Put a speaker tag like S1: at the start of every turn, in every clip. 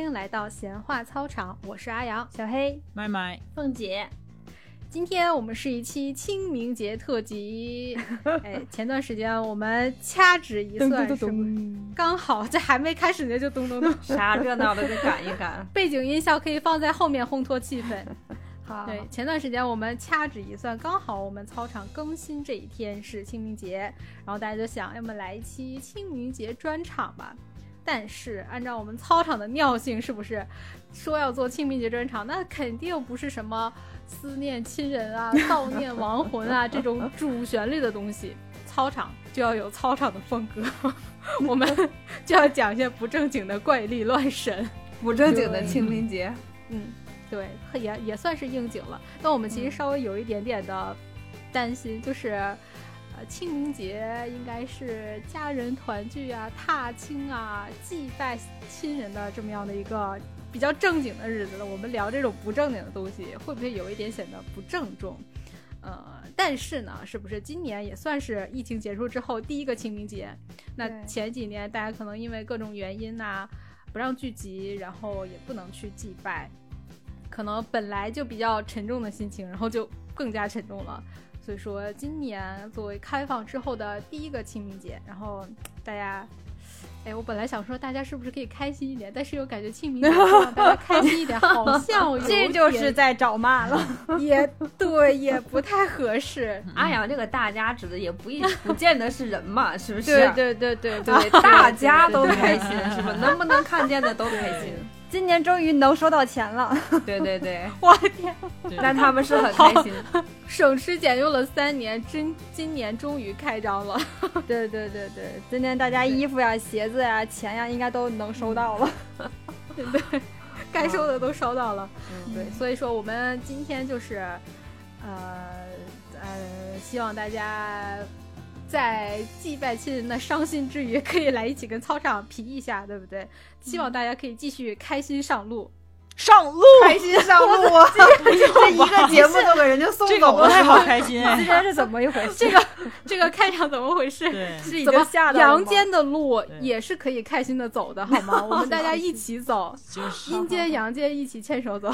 S1: 迎来到闲话操场，我是阿阳、小黑、
S2: 麦麦，
S3: 凤姐，
S1: 今天我们是一期清明节特 辑。哎，前段时间我们掐指一算，是不是刚好这还没开始呢就咚咚咚，。
S3: 啥热闹的都赶一 赶
S1: 背景音效可以放在后面烘托气氛。
S3: 好
S1: 对，前段时间我们掐指一算，刚好我们操场更新这一天是清明节，然后大家就想，要么来一期清明节专场吧。但是按照我们操场的尿性，是不是说要做清明节专场，那肯定不是什么思念亲人啊、悼念亡魂啊这种主旋律的东西。操场就要有操场的风格，我们就要讲一些不正经的怪力乱神。
S3: 不正经的清明节，
S1: 嗯，对，也也算是应景了。那我们其实稍微有一点点的担心，就是，呃，清明节应该是家人团聚啊、踏青啊、祭拜亲人的这么样的一个比较正经的日子了。我们聊这种不正经的东西，会不会有一点显得不郑重？呃，但是呢，是不是今年也算是疫情结束之后第一个清明节？那
S3: 对
S1: 前几年大家可能因为各种原因呐、不让聚集，然后也不能去祭拜，可能本来就比较沉重的心情，然后就更加沉重了。所以说，今年作为开放之后的第一个清明节，然后大家，哎，我本来想说大家是不是可以开心一点，但是又感觉清明节不让大家开心一点，好像有
S2: 这就
S1: 点
S2: 是在找骂了。
S1: 也对，也不太合适。
S3: 阿阳嗯哎这个大家指的也不一不见得是人 嘛，是不是？
S1: 对对对对对，
S3: 大家都
S1: 对
S3: 开心是吧？能不能看见的都开心？
S4: 今年终于能收到钱了，
S3: 对对 对，
S1: 我的天，
S3: 那他们是很开心。
S1: 省吃俭用了三年，真今年终于开张了。
S4: 对对对对，今年大家衣服呀、鞋子呀、钱呀，应该都能收到了。
S1: 该收的都收到了。
S3: 嗯
S1: 对，所以说我们今天就是，呃呃，希望大家在祭拜亲人的伤心之余，可以来一起跟操场皮一下，对不对？希
S4: 嗯
S1: 望大家可以继续开心上路。
S2: 上路，
S3: 开心上路，啊 这一个节目都给人家送
S2: 这个
S3: 走
S2: 不
S3: 了，
S2: 太好开心。
S4: 今天是怎么一回事？
S1: 这个这个开场怎么回事？
S2: 对，
S4: 是已
S1: 怎么
S4: 经吓到了
S1: 阳
S4: 吗
S1: 间的路
S2: 对
S1: 也是可以开心的走的，好吗？我们大家一起 走，
S2: 就是
S1: 阴间阳间一起牵手走。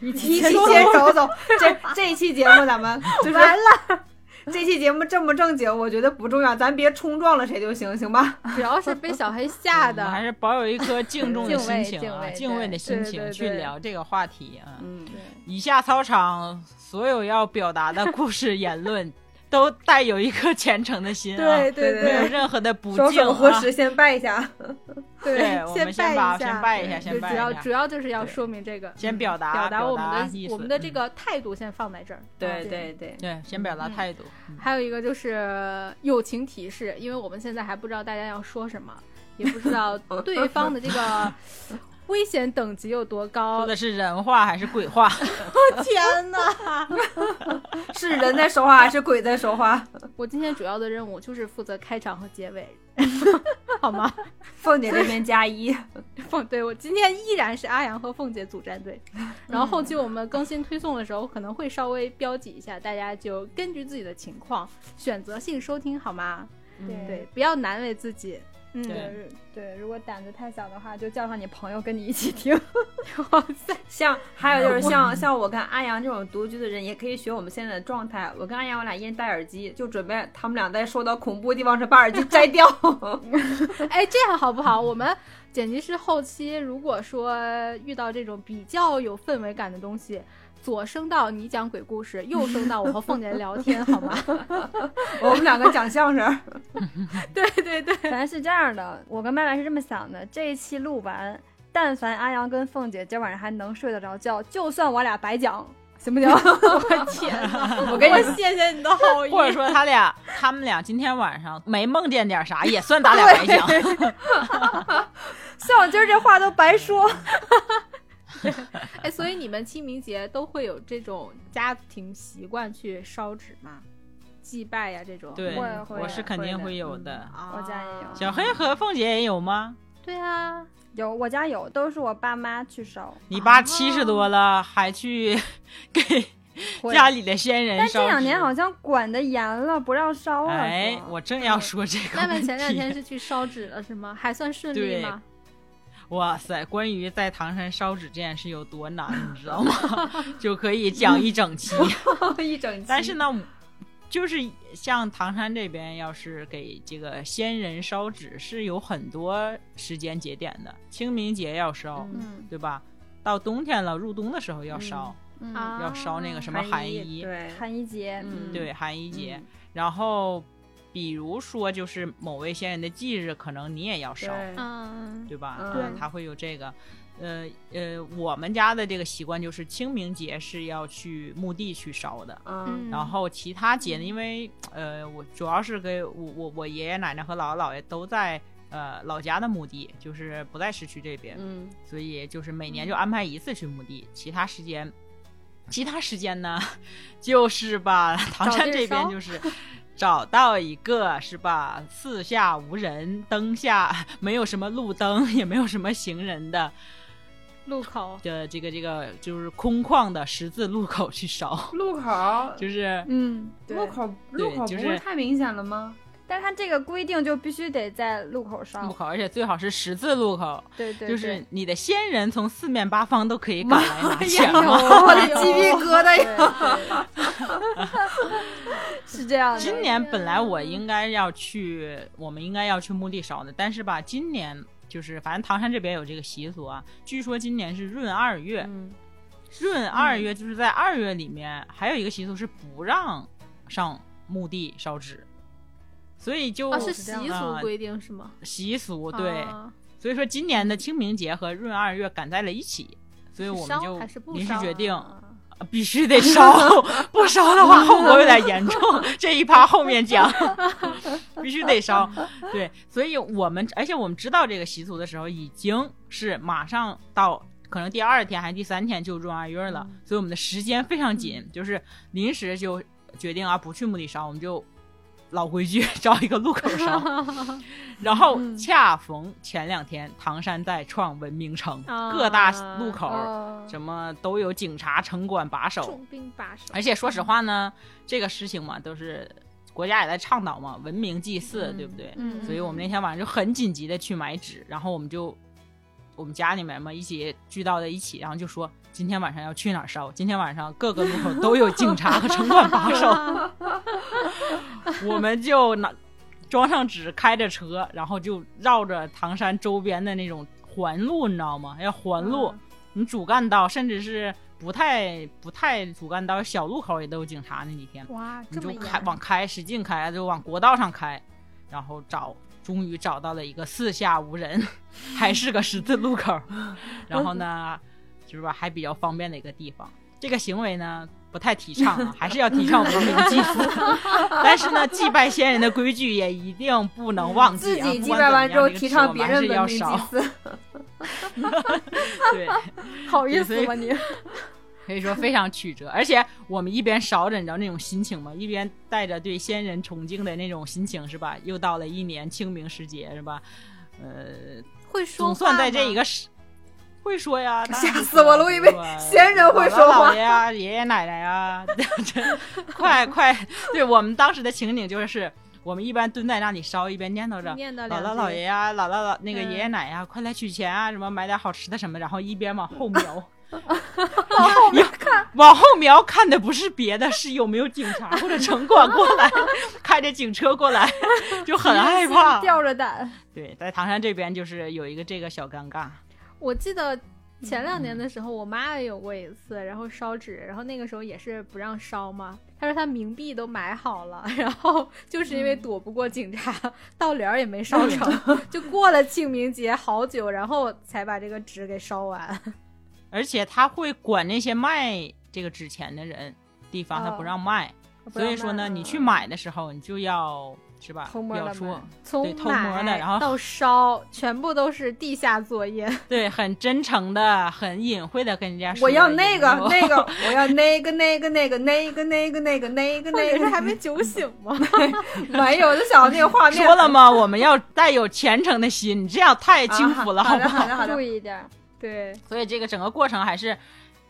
S3: 一 起先走走。这这一期节目咱们 就是完了。这期节目正不正经，我觉得不重要，咱别冲撞了谁就行，行吧？
S1: 只要是被小黑 吓
S2: 我们还
S1: 的，
S2: 是保有一颗敬重的心情啊，
S4: 敬畏敬畏
S2: 敬畏的心
S1: 对对
S2: 情
S1: 对
S2: 去聊这个话题啊。
S3: 嗯，
S2: 以下操场所有要表达的故事言论，都带有一颗虔诚的心啊，
S1: 对对
S3: 对
S2: 没
S1: 对
S2: 有任何的不
S3: 双
S2: 敬
S3: 手合
S2: 啊。
S3: 十，先拜一下。
S2: 对，我们
S1: 拜
S2: 先把
S1: 一
S2: 先
S1: 下。
S2: 拜一下，
S1: 就
S2: 先拜
S1: 主要
S2: 一
S1: 主
S2: 下，
S1: 要就是要
S2: 对
S1: 说明这个，嗯
S2: 先表达
S1: 表达我
S2: 达
S1: 们
S2: 意
S1: 的
S2: 思
S1: 我们的这
S2: 嗯
S1: 个态度先放在这儿。
S3: 对
S1: 啊
S3: 对对，
S2: 对，先表达态度。嗯
S1: 还有一个就是友情提示，因为我们现在还不知道大家要说什么，也不知道对方的这个 危险等级有多
S2: 说
S1: 高。
S2: 的是人话还是鬼话？
S1: 天哪！
S3: 是人在说话还是鬼在说话？
S1: 我今天主要的任务就是负责开场和结尾， 好吗？
S3: 凤姐这边加 一，
S1: 凤对我今天依然是阿阳和凤姐组战 队，然后后期我们更新推送的时候可能会稍微标记一下，大家就根据自己的情况选择性收听好吗？
S2: 嗯
S1: 对，不要难为自己。嗯，
S2: 对
S4: 对，如果胆子太小的话，就叫上你朋友跟你一起 听。
S1: 哇塞，
S3: 像还有就是像像我跟阿阳这种独居的人，也可以学我们现在的状态。我跟阿阳，我俩一人戴耳机，就准备他们俩在说到恐怖的地方时把耳机摘掉。
S1: 哎，这样好不好？我们剪辑师后期如果说遇到这种比较有氛围感的东西。左声道你讲鬼故事，右声道我和凤姐聊天，好吗？
S3: 我们两个讲相声，
S1: 对对对，
S4: 本来是这样的，我跟麦麦是这么想的：这一期录完，但凡阿阳跟凤姐今晚上还能睡得着觉，就算我俩白讲，行 不行？
S1: 我天哪！
S3: 我跟你
S1: 谢谢你的好意，
S2: 或者说他俩他们俩今天晚上没梦见点啥，也算咱俩白讲。
S4: 像我今儿这话都白说。
S1: 哎，所以你们清明节都会有这种家庭习惯去烧纸吗？祭拜呀、这种。
S2: 对，
S4: 会会
S2: 我是肯定会有
S1: 嗯
S2: 的。
S1: 啊
S4: 我家也有
S2: 小黑和凤姐也有吗？
S1: 对 啊，
S4: 有，我家有，都是我爸妈去烧。
S2: 你爸七十多了，还 去给
S4: 会
S2: 家里的先人
S4: 但
S2: 烧
S4: 这两年
S2: 纸
S4: 好像管得严了，不让烧了。嗯
S2: 哎
S4: 是，吧
S2: 我正要说这个
S1: 麦麦
S2: 问
S1: 前两天
S2: 题。
S1: 是去烧纸了是吗？还算顺利
S2: 对
S1: 吗？
S2: 哇塞，关于在唐山烧纸这件事有多难，你知道 吗？就可以讲一整期。
S4: 嗯
S3: 一整期。
S2: 但是呢，就是像唐山这边，要是给这个先人烧纸，是有很多时间节点的。清明节要烧，
S4: 嗯
S2: 对吧？到冬天了，入冬的时候要烧，
S4: 嗯，
S1: 啊
S2: 要烧那个什么
S3: 含
S2: 寒
S3: 义
S2: 衣，
S3: 对，
S4: 韩一杰，
S3: 嗯
S2: 对，啊寒衣节。然后，比如说就是某位先人的忌日，可能你也要烧，
S3: 对
S1: 嗯，
S2: 对吧？
S3: 对
S2: 他会有这个。呃呃，我们家的这个习惯就是清明节是要去墓地去烧的，
S3: 嗯
S2: 然后其他节呢，因为呃，我主要是给我我我爷爷奶奶和姥姥姥爷都在呃老家的墓地，就是不在市区这边，
S3: 嗯
S2: 所以就是每年
S4: 嗯
S2: 就安排一次去墓地，其他时间，其他时间呢， 就是 吧，唐山这边就是找到一个是吧，四下无人，灯下 没有什么路灯， 也没有什么行人的
S1: 路口
S2: 的这个这个就是空旷的十字路口去烧，
S3: 路口，
S2: 就是
S4: 嗯，
S3: 路口
S2: 对
S3: 路口不
S2: 就
S3: 会
S2: 是
S3: 太明显了吗？
S4: 但是他这个规定就必须得在路口
S2: 路
S4: 烧，
S2: 口，而且最好是十字路口，
S4: 对对，
S2: 就是你的先人从四面八方都可以赶来 拿
S4: 对
S2: 钱。
S4: 哦
S3: 我的
S2: 啊
S3: 鸡皮疙瘩呀！
S4: 呀， 是这样的，
S2: 今年本来我应该要去，我们应该要去墓地烧的，但是吧，今年就是反正唐山这边有这个习俗啊，据说今年是闰二月，
S3: 嗯
S2: 闰二月就是在二月里面还有一个习俗是不让上墓地烧纸，所以就、
S1: 啊是
S4: 这样
S1: 习俗
S2: 啊
S1: 规定是吗？
S2: 习俗对。
S1: 啊
S2: 所以说今年的清明节和闰二月赶在了一起，所以我们
S1: 烧
S2: 就
S1: 还是不
S2: 临时
S1: 烧
S2: 决定
S4: 啊
S2: 呃必须得烧， 不烧的话后果有点严重。 这一趴后面讲， 必须得烧。对，所以我们而且我们知道这个习俗的时候，已经是马上到。可能第二天还是第三天就闰二月了，所以我们的时间非常紧，就是临时就决定啊不去墓地烧，我们就老规矩 找一个路口烧，然后恰逢前两天唐山在创文明城，
S1: 啊
S2: 各大路口、
S4: 哦
S2: 什么都有警察、城管把守。
S1: 重兵把守
S2: 而，且说实话呢，这个事情嘛，都是国家也在倡导嘛，文明祭祀，
S3: 嗯
S2: 对不对？
S4: 嗯，
S2: 所以我们那天晚上就很紧急的去买纸，然后我们就我们家里面嘛一起聚到在一起，然后就说今天晚上要去哪儿烧，今天晚上各个路口都有警察和城管把守，我们就拿装上纸，开着车，然后就绕着唐山周边的那种环路，你知道吗？要环路，你主干道甚至是。不太不太主干道小路口也都有警察那几天，
S1: 哇，
S2: 你
S1: 这么严
S2: 就开往开使劲开，就往国道上开，然后找，终于找到了一个四下无人，还是个十字路口， 然后呢，就是吧还比较方便的一个地方。这个行为呢不太提倡啊，还是要提倡文明祭祀。 但是呢，祭拜先人的规矩也一定不能忘
S3: 自
S2: 记啊。
S3: 己
S2: 不
S3: 祭
S2: 管
S3: 拜
S2: 怎么样
S3: 完之后，
S2: 这个
S3: 提
S2: 纸
S3: 倡
S2: 我们
S3: 别
S2: 还
S3: 人
S2: 是
S3: 文
S2: 要
S3: 明 祭
S2: 少。
S3: 祀，
S2: 对，
S4: 好意思吗你？
S2: 可以说非常曲折，而且我们一边烧着，你知道那种心情吗？一边带着对先人崇敬的那种心情，是吧？又到了一年清明时节，是吧？呃，
S1: 会说话
S2: 总算在这
S1: 吗
S2: 一个时，会说呀，当然
S3: 吓
S2: 会
S3: 死
S2: 说
S3: 我了我以为
S2: 对吧
S3: 先人会说
S2: 姥姥
S3: 话
S2: 姥爷啊，爷爷奶奶啊， 这快快，对我们当时的情景就是，我们一边蹲在那里烧，一边念叨着。
S1: 念叨
S2: 姥
S1: 两
S2: 姥
S1: 句
S2: 姥爷呀、姥姥姥那个爷爷
S1: 嗯
S2: 奶奶呀、快来取钱啊！什么买点好吃的什么，然后一边往后瞄，
S4: 往后面看，
S2: 往后瞄看的不是别的，是有没有警察或者城管过来， 开着警车过来， 就很害 怕。
S4: 吊着胆，
S2: 对，在唐山这边就是有一个这个小尴尬，
S1: 我记得
S2: 嗯
S1: 前两年的时候，我妈也有过一次，然后烧纸，然后那个时候也是不让烧嘛。她说她冥币都买好了， 然后就是因
S2: 嗯
S1: 为躲不过警察，到帘儿也没烧成， 就过了清明节好久，然后才把这个纸给烧完。
S2: 而且他会管那些卖这个纸钱的人地方，他不
S4: 哦
S2: 让卖。所以说 呢，
S3: 嗯
S2: 你去买的时候，你就要是吧，
S4: 偷摸地
S2: 表出
S4: 买
S1: 从
S2: 对偷
S1: 买
S2: 摸的然后
S1: 到烧，全部都是地下作 业。
S2: 对很真诚的、很隐晦的跟人家说，
S3: 我要那个
S2: 有没 有
S3: 那个，我要那个那个那个那个那个那个那个
S1: 或
S3: 那
S1: 者是
S3: 个，
S1: 还没酒醒 吗？
S3: 没有，我就想那个画面。
S2: 说了吗？我们要带有虔诚的心，你这样太轻浮了，
S3: 啊好
S2: 不
S3: 的好
S2: 好？
S3: 的好的
S4: 注，意一点。
S1: 对，
S2: 所以这个整个过程还是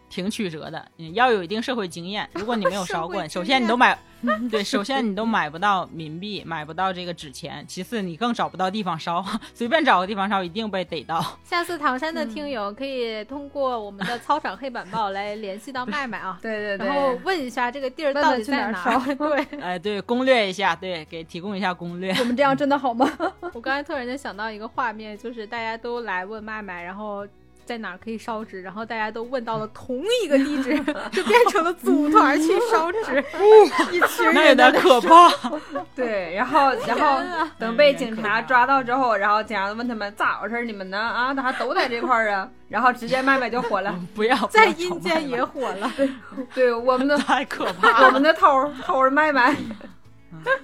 S2: 挺曲折的，嗯，要有一定社会 经验。如果你没有
S1: 社会
S2: 烧
S1: 经
S2: 棍，首
S1: 验
S2: 先你 都买，对，首先你都买不到冥币，买不到这个纸钱，其次你更找不到地方烧， 随便找个地方烧一定被 逮到。
S1: 下次唐山的
S2: 嗯
S1: 听友可以通过我们的操场黑板报来联系到麦麦啊，
S3: 对对对，
S1: 然后问一下这个地儿
S4: 问
S1: 到
S4: 问
S1: 底
S4: 去
S1: 在
S4: 哪儿
S1: 哪儿。 对
S2: 哎，对，攻略一下，对，给提供一下攻略。
S4: 我们这样真的好吗？
S1: 我刚才突然间想到一个画面，就是大家都来问麦麦，然后。在哪儿可以烧纸？然后大家都问到了同一个地址，就变成了组团去烧 纸。哦
S3: 一群
S2: 那有
S3: 人
S2: 点
S3: 的
S2: 可怕，
S3: 对，然后然后等被警察
S2: 嗯
S3: 抓到之后，然后警察问他们咋回事儿你们呢？啊，咋都在这块儿啊？然后直接麦麦就火了，
S2: 不要
S1: 在
S2: 不要
S1: 阴间也火了，
S3: 对我们 的
S2: 太可 怕
S3: 我们的偷偷儿麦麦，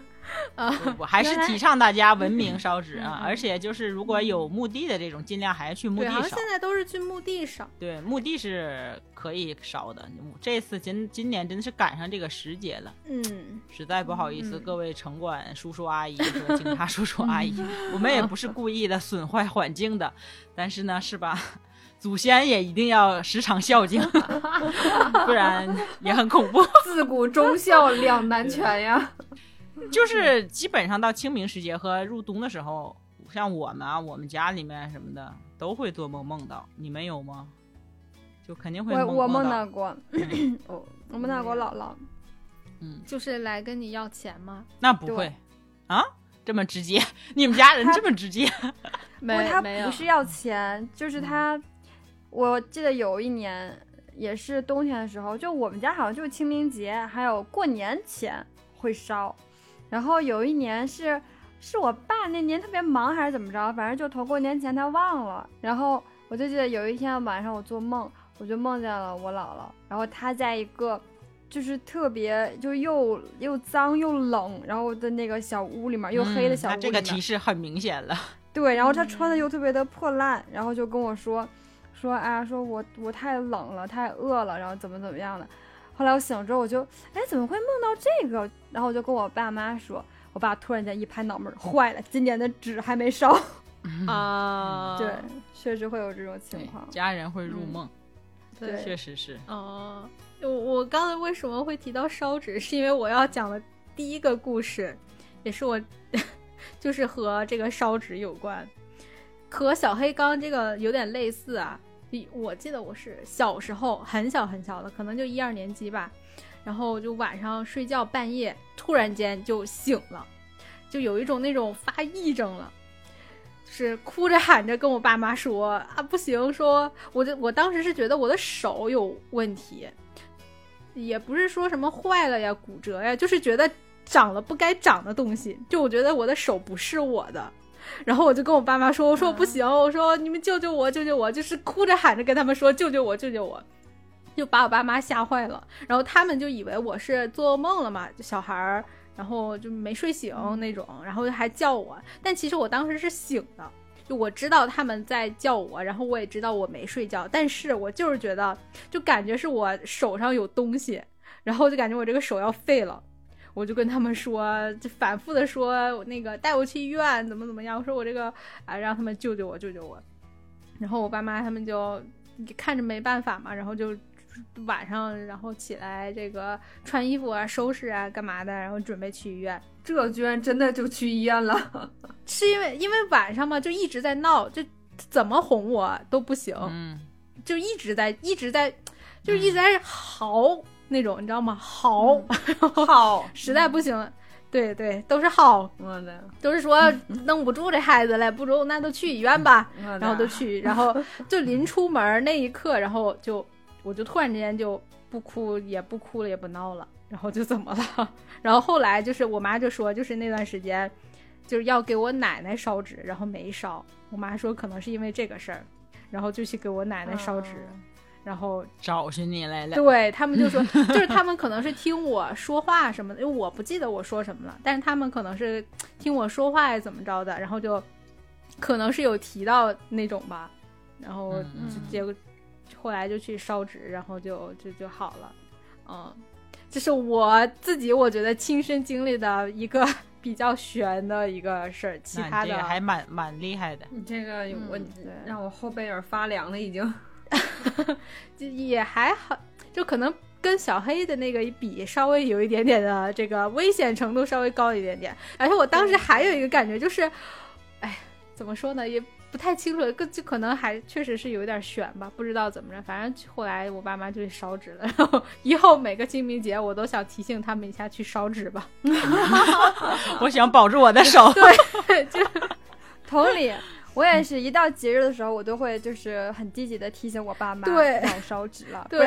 S2: 不不，还是
S4: 原来
S2: 提倡大家文 明烧纸啊
S1: 嗯！嗯
S2: 而且就是如果有墓地的这种，尽量还是去墓
S1: 对，
S2: 地
S1: 好像
S2: 烧
S1: 现。在都是去墓地烧。
S2: 对，墓地是可以烧的。这次今今年真是赶上这个时节了，
S1: 嗯，
S2: 实在不好意思，
S1: 嗯
S2: 各位城管叔叔阿姨和警察叔叔阿姨，我们也不是故意的损坏环境的，但是呢，是吧？祖先也一定要时常孝敬，啊 不然也很恐怖。
S3: 自古忠孝两难全呀。
S2: 就是基本上到清明时节和入冬的时候，像我们啊，我们家里面什么的都会做梦梦到。你们有吗？就肯定会
S4: 我我
S2: 梦
S4: 梦
S2: 到
S4: 到。过，我我梦到过姥姥，
S2: 嗯，
S1: 就是来跟你要钱吗？
S2: 那不会啊，这么直接，你们家人这么直接。
S1: 没
S4: 不过他
S1: 没有
S4: 不是要钱，就是他，我记得有一年也是冬天的时候，就我们家好像就是清明节还有过年前会烧，然后有一年是是我爸那年特别忙还是怎么着，反正就头过年前他忘了，然后我就记得有一天晚上我做梦，我就梦见了我姥姥，然后她在一个。就是特别，就又又脏又冷，然后的那个小屋里面，又黑的
S2: 嗯
S4: 小
S2: 那
S4: 屋里
S2: 这
S4: 面，
S2: 个提示很明显了。
S4: 对，然后
S2: 嗯
S4: 他穿的又特别的破烂，然后就跟我说，说哎呀，说我我太冷了，太饿了，然后怎么怎么样的。后来我醒了之后，我就哎怎么会梦到这个？然后我就跟我爸妈说，我爸突然间一拍脑门儿，坏了，今年的纸还没烧。
S2: 嗯
S1: 啊，
S4: 对，确实会有这种情
S2: 对
S4: 况，。
S2: 家人会入梦，
S1: 对
S2: 确实是。
S1: 哦，我我刚才为什么会提到烧纸，是因为我要讲的第一个故事，也是我 就是和这个烧纸有关，和小黑刚这个有点类似啊。比我记得我是小时候很小很小的，可能就一二年级吧，然后就晚上睡觉半夜突然间就醒了，就有一种那种发癔症了。就是哭着喊着跟我爸妈说啊，不行，说我就我当时是觉得我的手有问题，也不是说什么坏了呀、骨折呀，就是觉得长了不该长的东西，就我觉得我的手不是我的。然后我就跟我爸妈说：“我说
S4: 啊
S1: 不行，我说你们救救我，救救我！”就是哭着喊着跟他们说：“救救我，救救我！”就把我爸妈吓坏了。然后他们就以为我是做梦了嘛，就小孩儿，然后就没睡醒那种，然后还叫我。但其实我当时是醒的，就我知道他们在叫我，然后我也知道我没睡觉，但是我就是觉得，就感觉是我手上有东西，然后就感觉我这个手要废了。我就跟他们说，就反复的说，我那个带我去医院，怎么怎么样？我说我这个啊，让他们救救我，救救我。然后我爸妈他们就看着没办法嘛，然后就晚上然后起来这个穿衣服啊、收拾啊、干嘛的，然后准备去医院。
S3: 这居然真的就去医院了，
S1: 是因为因为晚上嘛，就一直在闹，就怎么哄我都不行，
S2: 嗯，
S1: 就一直在一直在，就一直在嚎那种，你知道吗？嚎，
S3: 好，
S1: 实在不行，对对，都是嚎，
S3: 我的，
S1: 都是说弄不住这孩子了，不中那就去医院吧。
S4: 嗯啊
S3: 我的，
S1: 然后就去，然后就临出门儿那一刻，然后就我就突然之间就不哭，也不哭了，也不闹了，然后就怎么了？ 然后后来就是我妈就说，就是那段时间就是要给我奶奶烧纸，然后没烧，我妈说可能是因为这个事儿，然后就去给我奶奶烧纸，然后
S2: 找寻你来了。
S1: 对他们就 说，就是他们可能是听我说话什么的，因为我不记得我说什么了，但是他们可能是听我说话呀怎么着的，然后就可能是有提到那种吧，然后
S2: 嗯
S1: 就
S4: 嗯
S1: 结果后来就去烧纸，然后就就就好了，嗯，这是我自己我觉得亲身经历的一个 比较悬的一个事儿，其
S2: 那你
S1: 他
S2: 这
S1: 的
S2: 个还蛮蛮厉害的。
S3: 你这个我
S4: 嗯对
S3: 让我后背有点发凉了，已经。
S1: 就也还好，就可能跟小黑的那个一比，稍微有一点点的这个危险程度稍微高一点点。而且我当时还有一个感觉就是，哎，怎么说呢，也不太清楚，更就可能还确实是有点悬吧，不知道怎么着。反正后来我爸妈就去烧纸了，然后以后每个清明节我都想提醒他们一下去烧纸吧。
S2: 我想保住我的手。
S4: 同理，我也是一到节日的时候，我都会就是很积极的提醒我爸妈
S1: 对
S4: 要烧纸了，
S1: 对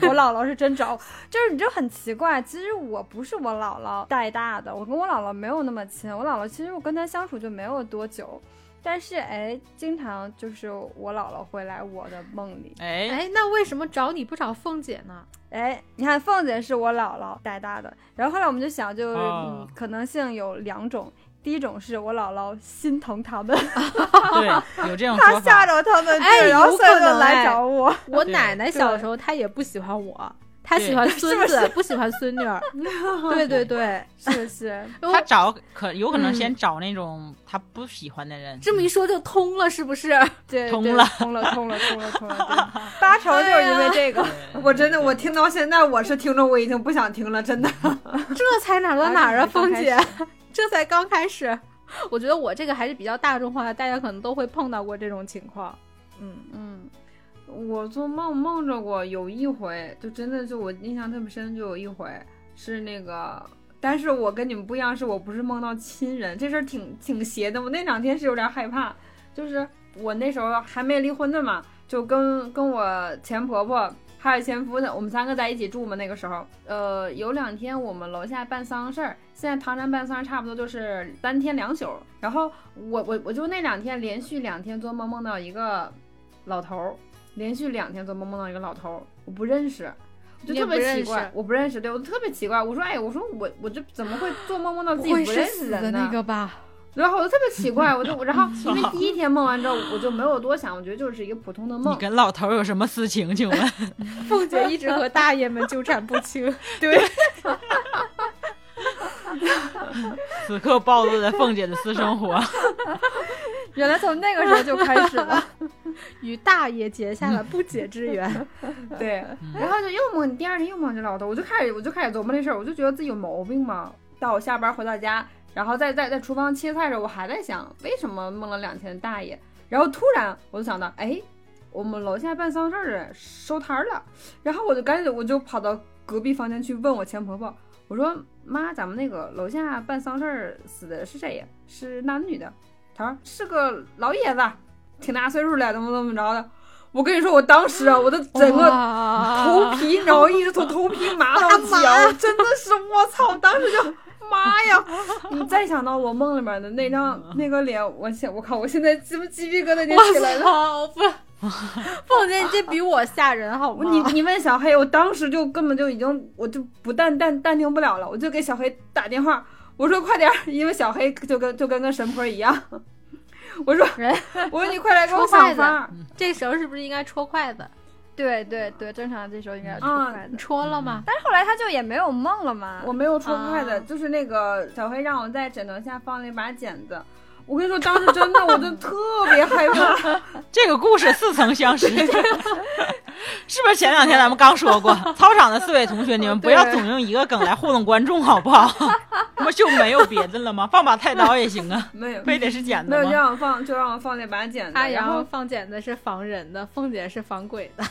S4: 不 然 我姥姥是真找，就是你就很奇怪。其实我不是我姥姥带大的，我跟我姥姥没有那么亲，我姥姥其实我跟她相处就没有多久，但是哎，经常就是我姥姥会来我的梦里。
S2: 哎，
S1: 哎，那为什么找你不找凤姐呢？
S4: 哎，你看凤姐是我姥姥带大的，然后后来我们就想就，是
S2: 哦
S4: 嗯可能性有两种，第一种是我姥姥心疼他们，
S2: 对，有这种
S4: 他
S2: 说
S4: 吓
S2: 法。
S4: 着他们去，
S1: 哎
S4: 然后
S1: 有
S4: 所以
S1: 可能
S4: 就来
S1: 哎
S4: 找我。
S1: 我
S2: 对
S1: 奶奶小时候她也不喜欢我，她喜欢孙
S4: 是
S1: 子，不喜欢孙女儿。对对对，
S4: 是不 是？
S2: 他找可有可能先找那种他不喜欢的人。
S1: 这么一说就通了，是不是？
S4: 对，
S2: 通
S4: 对
S2: 了
S4: 通了，通了，通了，通了。对 八成就是因为这个，
S2: 对
S3: 哎我真的，我听到现在我是听众，我已经不想听了，真的。
S1: 这才 哪儿到 哪儿啊，
S4: 八成
S1: 凤
S4: 才
S1: 姐， 这才刚开始。我觉得我这个还是比较大众化的，大家可能都会碰到过这种情况。嗯，
S4: 嗯，
S3: 我做梦梦着过有一回，就真的就我印象特别深，就有一回是那个，但是我跟你们不一样，是我不是梦到亲人，这事儿挺挺邪的。我那两天是有点害怕，就是我那时候还没离婚呢嘛，就跟跟我前婆婆还有前夫的，我们三个在一起住嘛。那个时候，呃，有两天我们楼下办丧事儿，现在唐山办丧事儿差不多就是三天两宿。然后我我我就那两天连续两天做梦梦到一个老头儿，连续两天做梦梦到一个老头儿，我不认识。我就
S1: 你也
S3: 特别
S1: 不认
S3: 奇怪
S1: 识，
S3: 我不认识，对我就特别奇怪。我说，哎，我说我我这怎么会做梦梦到
S1: 不
S3: 自己
S1: 会
S3: 不
S1: 是
S3: 认识
S1: 死
S3: 人
S1: 的
S3: 呢？
S1: 那个吧？
S3: 然后我就特别奇怪，我就我然后因为第一天梦完之后，我就没有多想，我觉得就是一个普通的
S2: 你
S3: 梦。
S2: 跟老头儿有什么私情？请问
S1: 凤姐一直和大爷们纠缠不 清。
S2: 此刻暴露了凤姐的私生活。
S4: 原来从那个时候就开始 了。
S1: 与大爷结下了不解之 缘。
S3: 对，然后就又梦，第二天又梦见老头，我就开始我就开始琢磨这事儿，我就觉得自己有毛病嘛。到我下班回到家，然后在在在厨房切菜的时候，我还在想为什么梦了两天大爷，然后突然我就想到，哎，我们楼下办丧事儿的人收摊儿了，然后我就赶紧我就跑到隔壁房间去问我前婆婆，我说妈，咱们那个楼下办丧事儿死的是谁呀？是男的女的？她说是个老爷子，挺大岁数了，怎么怎么着的。我跟你说，我当时啊，我的整个头
S1: 哇
S3: 皮，然后一直从头 皮麻到脚，真的是我操！当时就妈呀！你再想到我梦里面的那张
S1: 嗯
S3: 那个脸，我现我靠，我现在鸡皮鸡皮疙瘩已经起来
S1: 我操！
S3: 了。
S1: 不， 凤姐，你这比我吓人好吗？
S3: 你你问小黑，我当时就根本就已经，我就不淡淡淡定不了了，我就给小黑打电话，我说快点儿，因为小黑就跟就跟个神婆一样，我说
S1: 人
S3: 我说你快来给我
S1: 说话
S3: 想
S1: 的
S3: 法儿，
S1: 这时候是不是应该戳筷子？
S4: 对对对，正常这时候应该是出
S3: 嗯
S4: 来
S1: 你
S4: 的。
S1: 戳了吗？
S4: 但是后来他就也没有梦了嘛。
S3: 我没有戳快的，
S1: 啊
S3: 就是那个小黑让我在枕头下放了一把剪子。我跟你说，当时真的我就特别害怕，
S2: 这个故事似曾相识，是 不是前两天咱们刚说过？操场的四位同学，你们不要总用一个梗来糊弄观众，好不 好？不就没有别的了吗？放把菜刀也行 啊，
S3: 没有
S2: 非得是剪
S3: 没有
S2: 子
S3: 就
S2: 吗？
S3: 让我放，就让我放那把剪子，
S1: 啊，
S3: 然
S1: 然
S3: 后
S1: 后放剪子是防人的，凤姐是防鬼的。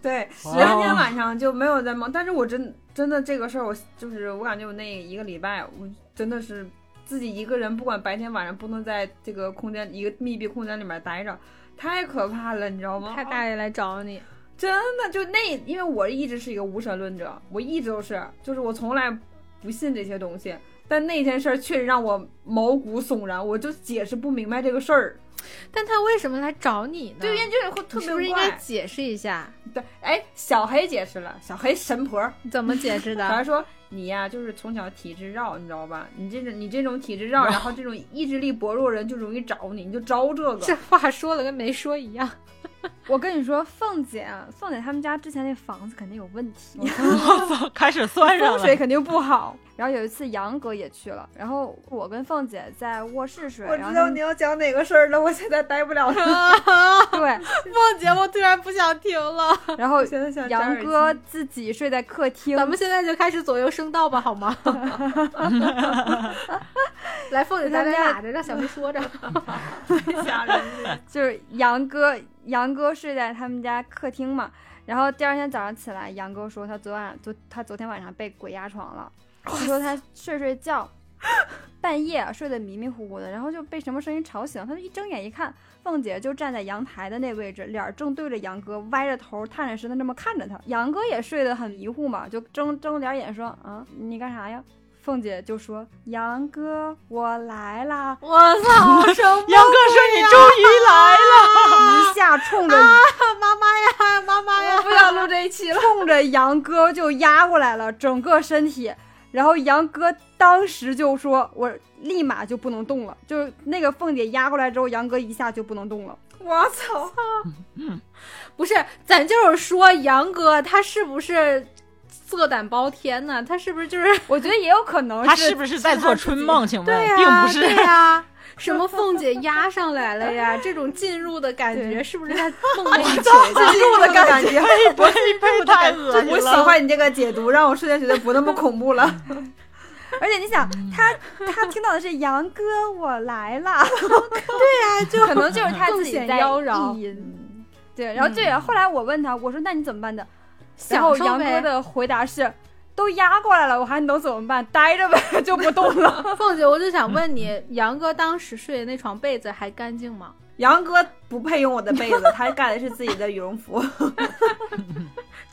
S3: 对，
S2: 哦
S3: 然后那天晚上就没有在梦，但是我真真的这个事儿，我就是我感觉我那一个礼拜，我真的是自己一个人，不管白天晚上，不能在这个空间一个密闭空间里面待着，太可怕了，你知道吗？
S1: 派大爷来找你，
S3: 真的就那，因为我一直是一个无神论者，我一直都是，就是我从来不信这些东西。但那件事儿确实让我毛骨悚然，我就解释不明白这个事儿。
S1: 但他为什么来找你呢？
S3: 对，因为就是会特
S1: 你是不
S3: 别
S1: 是应
S3: 怪。
S1: 该解释一下？
S3: 对，哎，小黑解释了，小黑神婆，
S1: 你怎么解 释
S3: 小黑
S1: 的？
S3: 说你呀、就是从小体质绕，你知道吧？你这种你这种体质绕，然后这种意志力薄弱人就容易找你，你就招这
S1: 这
S3: 个。
S1: 话说了跟没说一样。
S4: 我跟你说，凤姐啊，凤姐他们家之前那房子肯定有问题。
S2: 我操， 开始算上
S4: 风水
S2: 了。
S4: 肯定不好。然后有一次杨哥也去了，然后我跟凤姐在卧室睡，然后他们
S3: 要讲哪个事儿了，我现在待不了了，
S4: 对，
S1: 梦啊节目突然不想听了，
S4: 然后
S3: 我现在想扎耳
S4: 杨
S3: 机
S4: 哥自己睡在客厅，
S1: 咱们现在就开始左右声道吧，好 吗？来，凤姐咱俩打着，让小黑说着。
S3: 吓人了。
S4: 就是杨哥，杨哥睡在他们家客厅嘛。然后第二天早上起来，杨哥说他昨晚昨他昨天晚上被鬼压床了，他说他睡睡觉， 半夜睡得迷迷糊糊的，然后就被什么声音吵醒，他就一睁眼一看，凤姐就站在阳台的那位置，脸儿正对着杨哥，歪着头，探着身子这么看着他。杨哥也睡得很迷糊嘛，就睁睁点眼说：“啊，你干啥呀？”凤姐就说：“杨哥，我来啦。”
S1: 我操，什么
S2: 杨哥说：“你终于来了。
S4: 一下冲着
S1: 妈妈呀，妈妈呀！
S3: 不想录这一期了。
S4: 冲着杨哥就压过来了，整个身体。然后杨哥当时就说：“我立马就不能动了。”就是那个凤姐压过来之后，杨哥一下就不能动了。
S3: 我操！
S1: 不是，咱就是说杨哥他是不是色胆包天呢？他是不是就是
S4: 我觉得也有可能
S2: 他
S4: 哦是
S2: 是不是在做春梦？请问，
S1: 对 呀、
S2: 并不是。
S1: 对呀、 什么凤姐压上来了 呀？这种进入的感觉
S4: 对
S1: 是不 是在梦里求的？
S4: 进入的感觉。
S2: 呸 呸呸！太恶心了！
S3: 我喜欢你这个解读，让我瞬间觉得不那么恐怖了。
S4: 而且你想，他他听到的是杨哥我来了，对呀、就可能就是他自己
S1: 更显
S4: 在
S1: 妖娆
S4: 意淫。对，然后对，后来我问他，我说那你怎么办的？然
S1: 享
S4: 后
S1: 受
S4: 杨
S1: 呗
S4: 哥 的回答是：都压过来了，我还能怎么办？待着呗， 就不动了。
S1: 凤姐，我就想问你，杨哥当时睡的那床被子还干净吗？
S3: 杨哥不配用我的被子，他盖的是自己的羽绒服。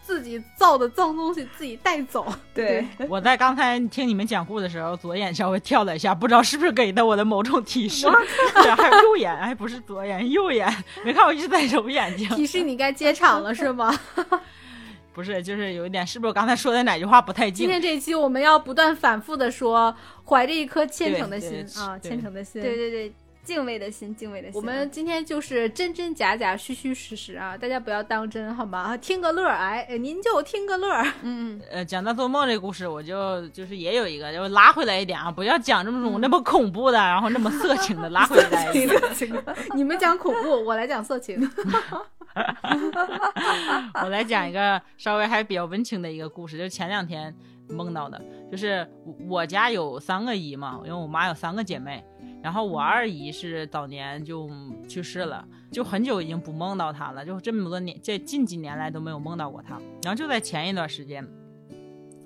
S1: 自己造的脏东西自己带走，
S3: 对，
S2: 我在刚才听你们讲故的时候，左眼稍微跳了一下，不知道是不是给的我的某种提示。 对，还有右眼，哎，不是左眼，右眼， 没看我一直在揉眼 睛。
S1: 提示你该接场了是吗？
S2: 不是，就是有一点，是不是我刚才说的哪句话不太
S1: 今
S2: 近？
S1: 天这一期我们要不断反复的说，怀着一颗虔诚的
S2: 对
S1: 心
S2: 对
S1: 啊，
S2: 对
S1: 虔诚的心。
S4: 对对对，敬畏的心，敬畏的心啊。
S1: 我们今天就是真真假假、虚虚实实啊，大家不要当真好吗？听个乐儿，哎，哎您就听个乐儿。
S4: 嗯，嗯
S2: 呃，讲到做梦这故事，我就就是也有一个，就拉回来一点啊，不要讲这么种那么恐怖的，然后那么色情的，拉回来一点。
S1: 你们讲恐怖，我来讲色 情。
S2: 我来讲一个稍微还比较温情的一个故事，就是前两天梦到的，就是我我家有三个姨嘛，因为我妈有三个姐妹，然后我二姨是早年就去世了，就很久已经不梦到她了，就这么多年，这近几年来都没有梦到过她。然后就在前一段时间，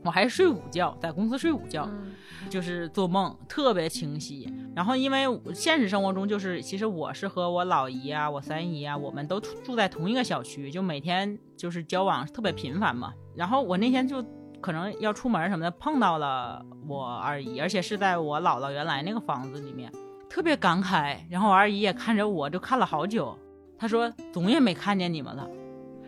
S2: 我还睡午觉，在公司睡午觉，
S1: 嗯
S2: 就是做梦特别清晰。然后因为我现实生活中就是，其实我是和我老姨啊、我三姨啊，我们都住住在同一个小区，就每天就是交往特别频繁嘛。然后我那天就可能要出门什么的，碰到了我二姨，而且是在我姥姥原来那个房子里面，特别感慨。然后我二姨也看着我，就看了好久，她说总也没看见你们了。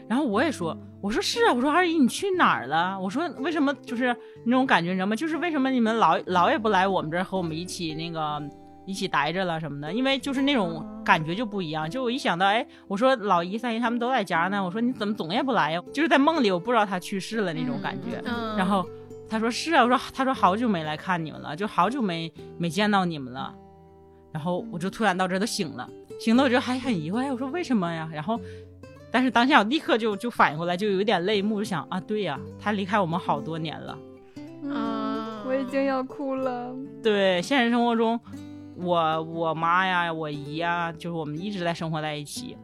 S2: 然后我也说，我说是啊，我说二姨你去哪儿了？我说为什么就是那种感觉，你知道吗？就是为什么你们老老也不来我们这儿和我们一起那个一起待着了什么的？因为就是那种感觉就不一样。就我一想到，哎，我说老姨、三姨他们都在家呢，我说你怎么总也不来呀？就是在梦里，我不知道她去世了那种感觉。
S1: 嗯
S2: 然后他说是啊，我说他说好久没来看你们了，就好久没没见到你们了。然后我就突然到这儿都醒了，醒了我就还很疑惑，哎我说为什么呀？然后，但是当下我立刻就就反应过来，就有点泪目，就想啊，对呀、他离开我们好多年了。
S1: 嗯
S4: 我已经要哭了。
S2: 对，现实生活中，我我妈呀，我姨呀，就是我们一直在生活在一起，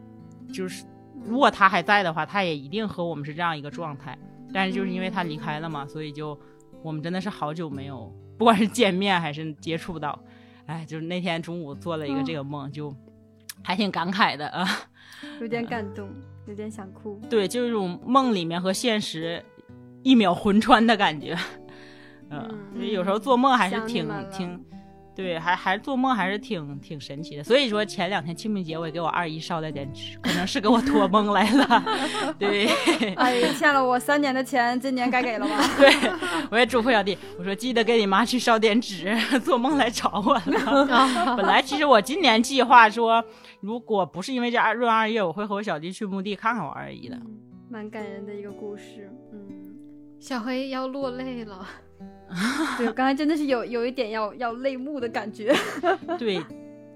S2: 就是如果她还在的话，她也一定和我们是这样一个状态。但是就是因为她离开了嘛，所以就我们真的是好久没有，不管是见面还是接触到，哎，就是那天中午做了一个这个梦，就还挺感慨的啊。
S4: 有点感动，有点想哭。
S2: 对，就是这种梦里面和现实一秒魂穿的感觉。嗯，
S4: 嗯
S2: 所以有时候做梦还是
S4: 想你
S2: 挺
S4: 们了
S2: 挺，对，还还是做梦还是挺挺神奇的。所以说前两天清明节我也给我二姨捎带点吃，可能是给我托梦来 了。对
S4: 哎，欠了我三年的钱，今年该给了吧？
S2: 对，我也嘱咐小弟，我说记得给你妈去烧点纸，做梦来找我了。
S1: 啊
S2: 本来其实我今年计划说，如果不是因为这二闰二月，我会和我小弟去墓地看看我二姨的。
S4: 蛮感人的一个故事。嗯，
S1: 小黑要落泪了，
S4: 对，我刚才 真的是有有一点要要泪目的感觉。
S2: 对，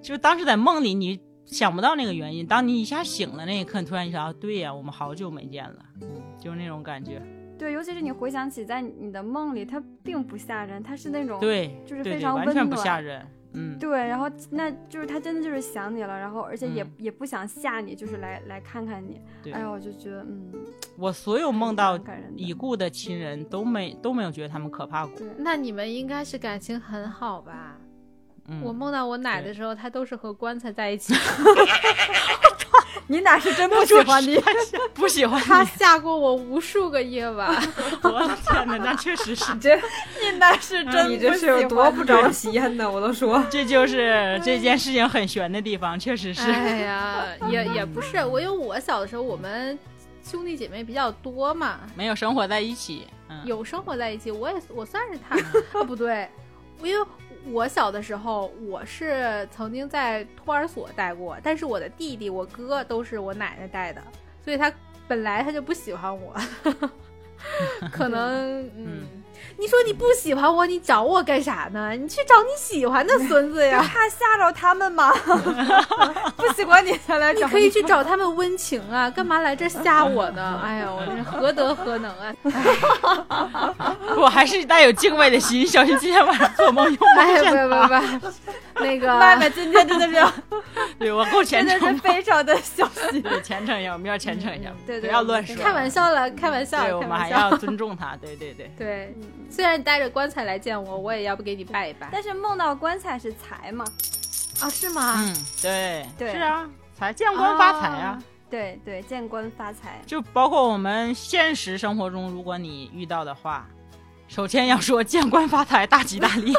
S2: 就当时在梦里，你想不到那个原因。当你一下醒了那一刻，你突然意识到，对呀、我们好久没见了，嗯，就是那种感觉。
S4: 对，尤其是你回想起在你的梦里，它并不吓人，它是那种
S2: 对，
S4: 就是
S2: 对
S4: 非
S2: 对
S4: 常
S2: 完
S4: 温
S2: 全不
S4: 暖
S2: 吓人。嗯，
S4: 对，然后那就是他真的就是想你了，然后而且也、
S2: 嗯
S4: 也不想吓你，就是来来看看你。
S2: 对
S4: 哎呀，我就觉得嗯，
S2: 我所有梦
S4: 还
S2: 到
S4: 是蛮感人的
S2: 已故的亲人都没都没有觉得他们可怕过。
S4: 对
S1: 那你们应该是感情很好吧？
S2: 嗯，
S1: 我梦到我奶的时候，她都是和棺材在一起，
S4: 你哪是真不
S2: 我
S4: 喜
S2: 就
S4: 欢你？
S2: 是 不喜欢
S1: 她
S2: 你。
S1: 吓过我无数个夜晚。
S2: 我的天哪，那确实是，
S3: 这
S4: 你哪是真
S3: 嗯你
S4: 不
S3: 这
S4: 喜
S3: 是
S4: 欢
S3: 有多不着边呢？我都说
S2: 这 就是这件事情很悬的地方，确实是。
S1: 哎呀，也也不是，我有我小的时候，我们兄弟姐妹比较多嘛，
S2: 没有生活在一起，嗯，
S1: 有生活在一起，我也我算是 他啊，不对，我因为我小的时候我是曾经在托儿所待过，但是我的弟弟、我哥都是我奶奶带的，所以他本来他就不喜欢我， 可 能嗯。你说你不喜欢我，你找我干啥呢？你去找你喜欢的孙子 呀！
S4: 怕吓着他们吗？不喜欢你才来
S1: 你
S4: 找
S1: 可以去找他们温情啊，干嘛来这儿吓我呢？哎呦，我这何德何能 啊！
S2: 我还是带有敬畏的心，小心今天晚上做梦又 梦
S1: 哎，
S2: 见
S1: 不
S2: 他。
S1: 不不，那 个
S4: 麦麦今 天真的是
S2: 对我够虔
S4: 真的
S2: 诚
S4: 是
S2: 吗？
S4: 非常的 小心。
S2: 对，虔诚一下，我们要虔诚一下，
S4: 嗯对
S2: 不
S4: 对
S2: 要乱说。
S1: 开玩笑了，开玩笑，
S2: 对，
S1: 开
S2: 我
S1: 玩
S2: 们
S1: 笑。
S2: 还要尊重他。对对 对，
S1: 对，虽然你带着棺材来见我，我也要不给你拜一拜
S4: 嗯但是梦到棺材是财嘛？
S1: 啊？是吗？
S2: 嗯，对，
S4: 对
S2: 是啊，财见官发财啊
S1: 哦。
S4: 对对，见官发财。
S2: 就包括我们现实生活中，如果你遇到的话，首先要说 见官发财，大吉大 利。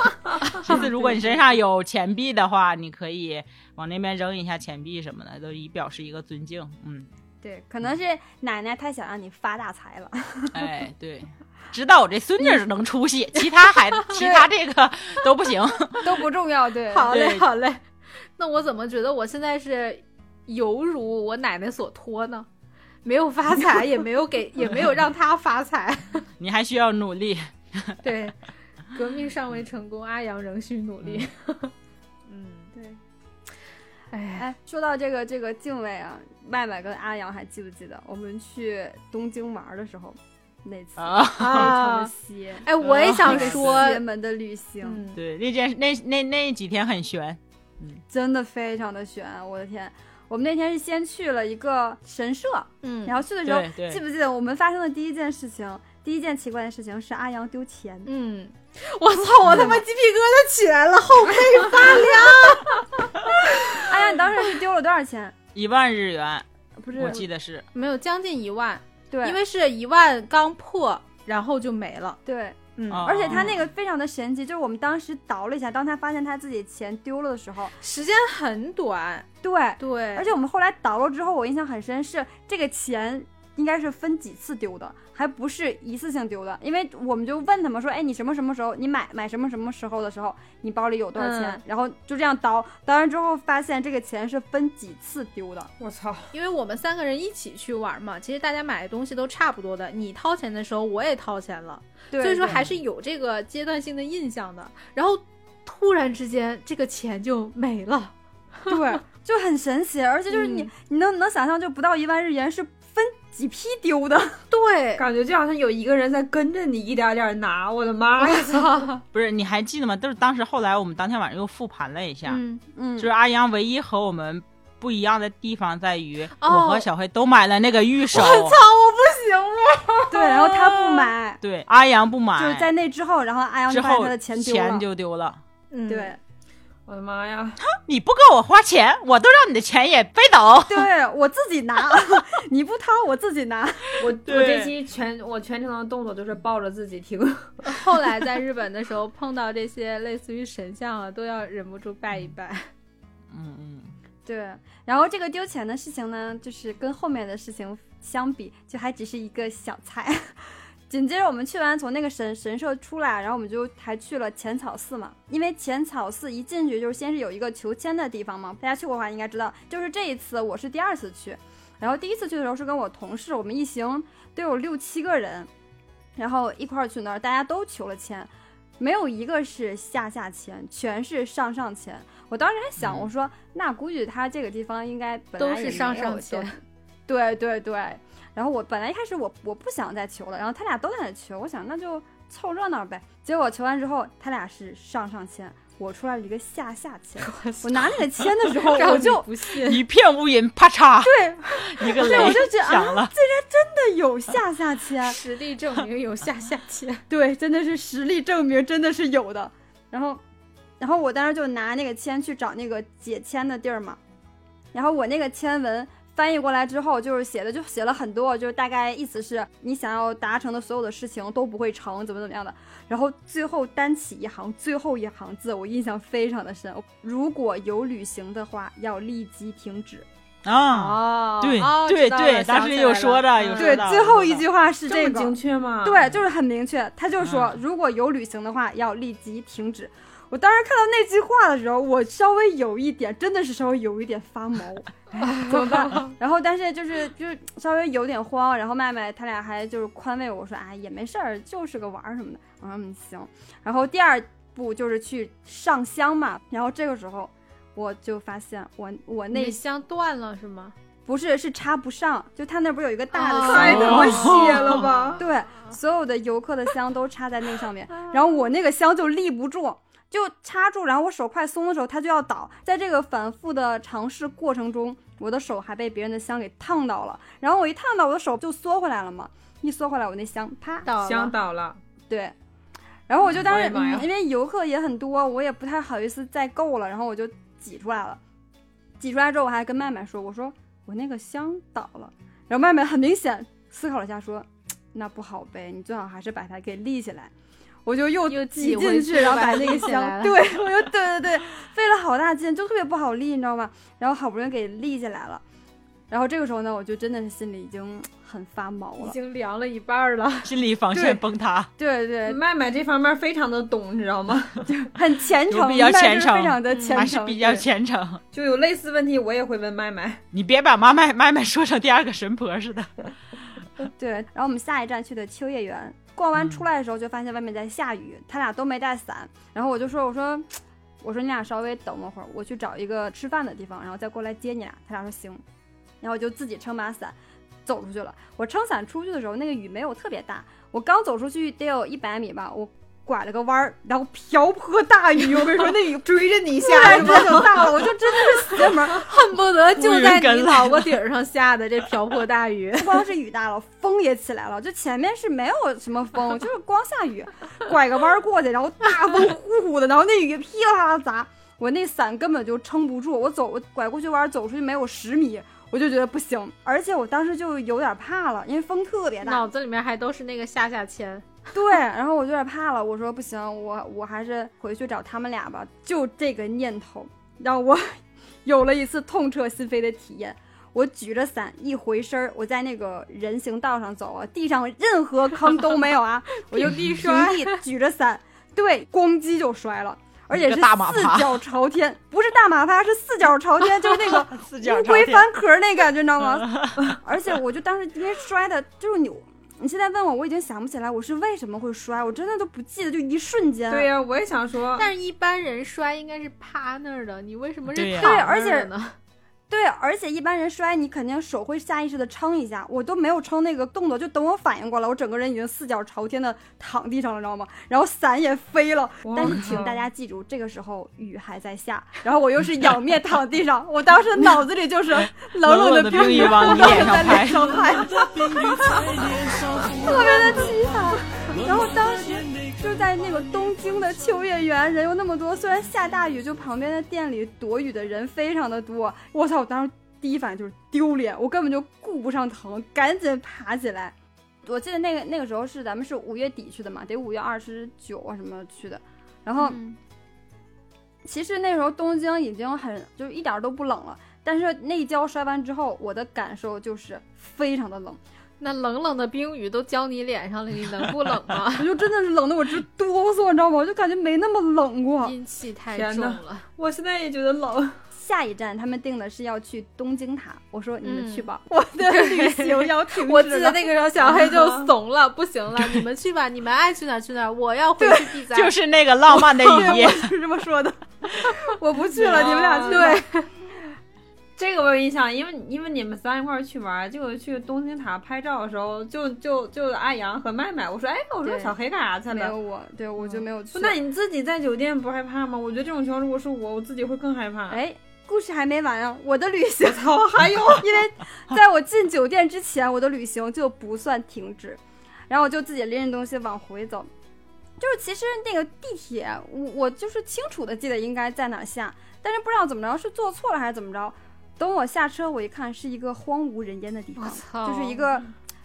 S2: 甚至如果你身上有钱币的话，你可以往那边扔一下钱币什么的，都以表示一个尊敬。嗯，
S4: 对，可能是奶奶太想让你发大财了。
S2: 哎，对。知道我这孙女儿能出息，其他孩子、其他这个都不行。
S4: 都不重要， 对
S1: 好嘞，
S2: 对
S1: 好嘞。那我怎么觉得我现在是犹如我奶奶所托呢？没有发财，也没有给，也没有让她发财。
S2: 你还需要努力。
S1: 对，革命尚未成功，阿阳仍需努力。嗯，
S4: 对。
S1: 哎，
S4: 哎，说到这个这个敬畏啊，麦麦跟阿阳还记不记得我们去东京玩的时候那次
S2: 啊
S3: 嗯
S4: 超
S1: 啊，
S4: 邪
S1: 哎，我也想
S4: 嗯那个
S1: 说，
S4: 邪门的旅行
S1: 嗯，
S2: 对，那件那那那几天很悬，
S4: 真的非常的悬，啊我的天！我们那天是先去了一个神社，
S1: 嗯
S4: 然后去的时候
S2: 对，对
S4: 记不记得我们发生的第一件事情？第一件奇怪的事情是阿阳丢钱，
S1: 嗯，我操，我他妈鸡皮疙瘩起来了，
S4: 嗯
S1: 后背发凉。
S4: 阿阳你当时是丢了多少钱？
S2: 一万日元，
S4: 不是
S2: 我，记得是。
S1: 没有，将近一万，
S4: 对，
S1: 因为是一万刚破，然后就没了。
S4: 对，
S1: 嗯，
S2: 哦
S4: 而且他那个非常的神奇，就是我们当时倒了一下，当他发现他自己钱丢了的时候，
S1: 时间很短，
S4: 对，
S1: 对，
S4: 而且我们后来倒了之后，我印象很深是这个钱应该是分几次丢的，还不是一次性丢的，因为我们就问他们说，哎，你什么什么时候你买买什么什么时候的时候，你包里有多少钱？
S1: 嗯
S4: 然后就这样倒，倒完之后发现这个钱是分几次丢的，
S3: 我操，
S1: 因为我们三个人一起去玩嘛，其实大家买的东西都差不多的，你掏钱的时候我也掏钱了，
S4: 对
S1: 所以说
S4: 对
S1: 还是有这个阶段性的印象的。然后突然之间这个钱就没了，
S4: 对，就很神奇，而且就是你、
S1: 嗯
S4: 你能能想象，就不到一万日元是分几批丢的，
S1: 对，
S3: 感觉就好像有一个人在跟着你一点点拿，我的妈呀！
S2: 不是，你还记得吗？就是当时后来我们当天晚上又复盘了一下，
S1: 嗯，
S4: 嗯，
S2: 就是阿阳唯一和我们不一样的地方在于，
S1: 哦
S2: 我和小黑都买了那个 玉手，
S4: 对，然后他不买，
S2: 对，阿阳不买，
S4: 就是在那之后，然后阿阳
S2: 哎之
S4: 就发现
S2: 后
S4: 他的钱丢了，
S2: 就丢了。
S1: 嗯
S4: 对。
S3: 我的妈呀！
S2: 你不给我花钱，我都让你的钱也飞走。
S4: 对我自己拿， 你不掏我自己拿。
S3: 我我
S2: 对
S3: 这期全我全程的动作就是抱着自己听，
S1: 后来在日本的时候碰到这些类似于神像啊，都要忍不住拜一拜。
S2: 嗯嗯，
S4: 对，然后这个丢钱的事情呢，就是跟后面的事情相比，就还只是一个小菜。 紧接着我们去完从那个神神社出来，然后我们就还去了浅草寺嘛，因为浅草寺一进去就是先是有一个求签的地方嘛，大家去过的话应该知道。就是这一次我是第二次去，然后第一次去的时候是跟我同事，我们一行都有六七个人，然后一块儿去那儿，大家都求了签，没有一个是下下签，全是上上签。我当时还想，
S2: 嗯
S4: 我说那估计他这个地方应该本来
S1: 都
S4: 也
S1: 是
S4: 没
S1: 上
S4: 有
S1: 上
S4: 就
S1: 签，
S4: 对对对。然后我本来一开始我我不想再求了，然后他俩都在那求，我想那就凑热闹呗。结果求完之后，他俩是上上签，我出来了一个下下 签。我拿那个签的时候，
S1: 让
S4: 我
S1: 你
S4: 就
S1: 不 信，
S2: 一片乌云，啪嚓，
S4: 对
S2: 一个
S4: 对，
S2: 雷
S4: 我就觉得啊，
S2: 响了。
S4: 真的有下下签。
S1: 实力证明有下下签。
S4: 对，真的是实力证明，真的是有的。然后，然后我当时就拿那个签去找那个解签的地儿嘛，然后我那个签文翻译过来之后，就是写的就写了很多，就是大概意思是你想要达成的所有的事情都不会成，怎么怎么样的。然后最后单起一行，最后一行字我印象非常的深，如果有旅行的话，要立即停止。
S2: 啊，
S1: 哦
S2: 对
S1: 哦
S2: 对
S1: 知道了
S2: 对，当
S1: 想
S2: 时
S1: 起
S2: 有
S1: 来
S2: 说
S1: 了
S2: 的，有
S1: 嗯
S2: 说
S4: 对，
S2: 的
S4: 最后一句话是
S3: 这
S4: 这
S3: 么
S4: 个，
S3: 精确吗？
S4: 对，就是很明确，他就说、如果有旅行的话，要立即停止。我当时看到那句话的时候，我稍微有一点，真的是稍微有一点发毛， 哎怎么办？ 然后但是就是就是稍微有点慌，然后麦麦他俩还就是宽慰我说啊、也没事儿，就是个玩儿什么的。我说嗯行。然后第二步就是去上香嘛，然后这个时候我就发现我 我
S1: 那
S4: 那
S1: 香断了是吗？
S4: 不是是插不上，就他那不是有一个大的
S1: 哦
S4: 香
S3: 太
S4: 吗
S3: 他妈血了吧！
S4: 对，所有的游客的香都插在那上面，然后我那个香就立不住，就插住，然后我手快松的时候，它就要倒。在这个反复的尝试过程中，我的手还被别人的香给烫到了，然后我一烫到，我的手就缩回来了嘛，一缩回来，我那香啪，
S1: 倒了
S3: 香倒了，
S4: 对。然后我就当
S3: 我
S4: 时
S3: 的妈呀
S1: 啊
S4: 嗯因为游客也很多，我也不太好意思再够了，然后我就挤出来了。挤出来之后，我还跟麦麦说：“我说我那个香倒了。”然后麦麦很明显思考了一下，说：“那不好呗，你最好还是把它给立起来。”我就又
S1: 又
S4: 挤
S1: 挤回
S4: 进
S1: 去
S4: 去，然后
S1: 把
S4: 把
S1: 它
S4: 那个
S1: 立起来
S4: 香，
S1: 了
S4: 对我又对对对，费了好大劲，就特别不好立，你知道吗？然后好不容易给立起来了。然后这个时候呢，我就真的是心里已经很发毛
S1: 已
S4: 了。
S1: 经凉了一半儿了。
S2: 心理防线崩塌，
S4: 对对，
S3: 麦麦这方面非常的懂，你知道吗？
S4: 很虔
S2: 有
S4: 诚，
S2: 比较
S4: 但是
S2: 虔诚
S4: 非常的虔
S2: 还是
S4: 诚，
S2: 比较
S4: 对
S2: 虔诚。
S3: 就有类似问题，我也会问麦麦。
S2: 你别把妈麦麦麦说成第二个神婆似的。
S4: 对。然后我们下一站去的秋叶原，逛完
S2: 嗯
S4: 出来的时候就发现外面在下雨，他俩都没带伞，然后我就说我说。我说你俩稍微等我会儿，我去找一个吃饭的地方，然后再过来接你俩。他俩说行，然后我就自己撑把伞走出去了。我撑伞出去的时候，那个雨没有特别大，我刚走出去得有一百米吧，我拐了个弯儿，然后瓢泼大雨， 我跟你说那雨追着你下， 这就大了，我就真的是邪门儿，
S1: 恨不得就在
S2: 乌云跟
S1: 你
S2: 来
S1: 脑瓜顶儿上下的这瓢泼大 雨，
S4: 不光是雨大了，风也起来了。就前面是没有什么风，就是光下雨，拐个弯儿过去，然后大风呼呼的，然后那雨噼里啪啦砸，我那伞根本就撑不住。我走，我拐过去弯儿走出去没有十米，我就觉得不行，而且我当时就有点怕了，因为风特别大
S1: 脑。子里面还都是那个下下签。
S4: 对，然后我就有点怕了，我说不行，我我还是回去找他们俩吧。就这个念头让我 有了一次痛彻心扉的体验。我举着伞一回身儿，我在那个人行道上走啊，地上任何坑都没 有啊，我就
S1: 地
S4: 平
S1: 摔
S4: 地举着伞，对，咣叽就摔了，而且
S2: 一
S4: 是
S2: 个大马
S4: 四
S2: 趴
S4: 脚朝天，不是大马趴，是四脚朝天，就是那个
S2: 四
S4: 乌龟翻壳儿那感觉，你知道吗？
S3: 嗯
S4: 而且我就当时因为摔的就是扭，你现在问我，我已经想不起来我是为什么会摔，我真的都不记得，就一瞬间。
S3: 对呀、我也想说，
S1: 但是，一般人摔应该是趴那儿的，你为什么是
S2: 对呀
S1: 躺
S4: 对而
S1: 那儿的呢？
S4: 对而且一般人摔你肯定手会下意识的撑一下，我都没有撑那个动作，就等我反应过来，我整个人已经四脚朝天的躺地上了，你知道吗？然后伞也飞了，
S3: 哇
S4: 但是请大家记住，这个时候雨还在下，然后我又是仰面躺地上，我当时脑子 里就是冷
S2: 冷
S4: 冷
S2: 的
S4: 的
S2: 冰雨
S4: 雨
S2: 往你
S4: 冷
S2: 脸
S4: 冷
S2: 上
S4: 在
S2: 拍
S4: 脸上拍。 特别的凄惨。然后当时就在那个东京的秋叶原，人又那么多，虽然下大雨，就旁边的店里躲雨的人非常的多。我操！我当时第一反应就是丢脸，我根本就顾不上疼，赶紧爬起来。我记得那个那个时候是咱们是五月底去的嘛，得五月二十九啊什么去的。然后
S1: 嗯
S4: 其实那时候东京已经很就是一点儿都不冷了，但是那一跤摔完之后，我的感受就是非常的冷。
S1: 那冷冷的冰雨都浇你脸上了，你能不冷吗？
S4: 我就真的是冷的我直哆嗦，你知道吗？我就感觉没那么冷过。
S1: 阴气太
S3: 天
S1: 重
S3: 哪
S1: 了。
S3: 我现在也觉得冷。
S4: 下一站他们定的是要去东京塔，我说你们
S1: 嗯
S4: 去吧，我的旅行要停止了。
S1: 我记 得那个时候，小黑就怂了，不行了，你们 去吧，你们爱去哪儿去哪儿，我要回去避灾。
S2: 就是那个浪漫的一
S4: 对，
S2: 夜
S4: 我，就是这么说的。
S3: 我不去 了，你们俩去吧
S1: 对。
S3: 这个我有印象，因为因为你们仨一块儿去玩儿，结果去东京塔拍照的时候，就就就阿阳和麦麦，我说哎，我说
S4: 对
S3: 小黑干啥去
S4: 没
S3: 了
S4: 有？我，对我就没有去。
S3: 不，那你自己在酒店不害怕吗？我觉得这种情况如果是我，我自己会更害怕。，
S4: 哎，故事还没完啊！我的旅行，哎
S3: 操， 还有
S4: 因为在我进酒店之前，我的旅行就不算停止，然后我就自己拎着东西往回走。就是其实那个地铁，我我就是清楚的记得应该在哪儿下，但是不知道怎么着是坐错了还是怎么着。等我下车，我一看是一个荒无人烟的地方，
S1: 操
S4: 就是一个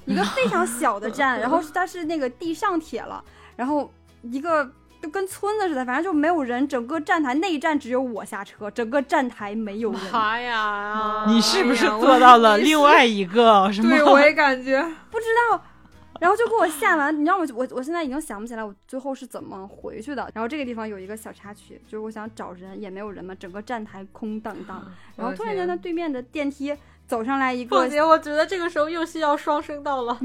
S4: 一个非常小的站，然 后它是那个地上铁了，然后一个就跟村子似的，反正就没有人，整个站台那一站只有我下车，整个站台没有人，
S1: 妈 呀！
S4: 啊
S2: 你是不是
S3: 哎呀我
S2: 做到了
S3: 你是
S2: 另外一个什么？
S3: 对我也感觉
S4: 不知道。然后就给我吓完，你知道我我我现在已经想不起来我最后是怎么回去的。然后这个地方有一个小插曲，就是我想找人也没有人嘛，整个站台空荡荡。
S1: 啊
S4: 然后突然间，呢，对面的电梯走上来一个
S1: 凤姐，我觉得这个时候又需要双声道了。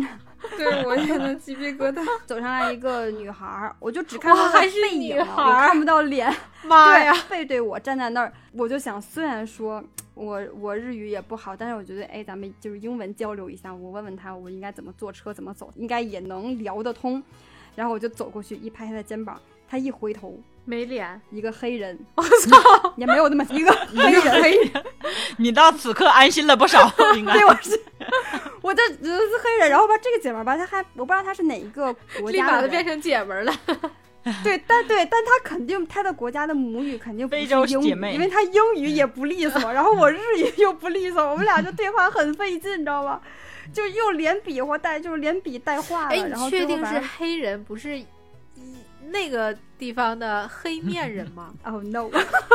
S3: 对我现在鸡皮疙瘩。
S4: 走上来一个女孩儿，我就只看
S1: 哇
S4: 到她
S1: 还
S4: 的
S1: 是
S4: 背影
S1: 女
S4: 了，
S1: 孩
S4: 我
S1: 儿
S4: 看不到脸。
S1: 妈 呀！
S4: 对，背对啊我站在那儿，我就想，虽然说我我日语也不好，但是我觉得，哎，咱们就是英文交流一下，我问问他，我应该怎么坐车，怎么走，应该也能聊得通。然后我就走过去，一拍他的肩膀，他一回头，
S1: 没脸，
S4: 一个黑人， 我操，也没有那 么一个黑人，黑人，
S2: 你到此刻安心了不少，应该
S4: 对，我是，我这觉得是黑人。然后吧，这个姐们儿吧，她还我不知道她是哪一个国
S1: 立
S4: 家
S1: 马
S4: 的
S1: 就变
S4: 人，
S1: 成姐们儿了。
S4: 对，但对，但他肯定他的国家的母语肯定不是
S2: 非洲
S4: 英
S2: 姐
S4: 语，
S2: 妹
S4: 因为他英语也不利索，然后我日语又不利索，我们俩就对话很费劲，你知道吗？就又连比划带，就是连比带画
S1: 哎，
S4: 了。
S1: 你
S4: 然后
S1: 确
S4: 最后
S1: 定
S4: 反
S1: 是
S4: 正
S1: 黑人，不是一那个地方的黑面人吗？
S4: ？Oh no！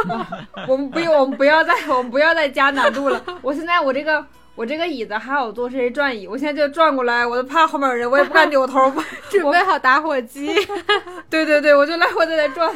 S3: 我们不用，我们不要再，我们不要再加难度了。我现在我这个我这个椅子还好坐，是一转椅，我现在就转过来，我都怕后面有人，我也不敢扭头。 不
S1: 准备好打火 机，
S3: 对对对，我就来回的在转。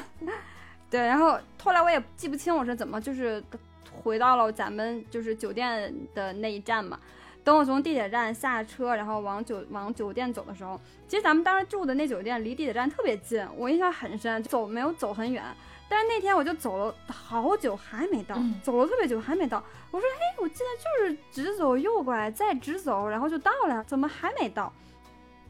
S4: 对，然后后来我也记不清我是怎么就是回到了咱们就是酒店的那一站嘛。等我从地铁站下车，然后往酒往酒店走的时候，其实咱们当时住的那酒店离地铁站特别近，我印象很深，走没有走很远。但是那天我就走了好久还没到，
S2: 嗯
S4: 走了特别久还没到。我说，嘿，我记得就是直走右拐，再直走，然后就到了，怎么还没到？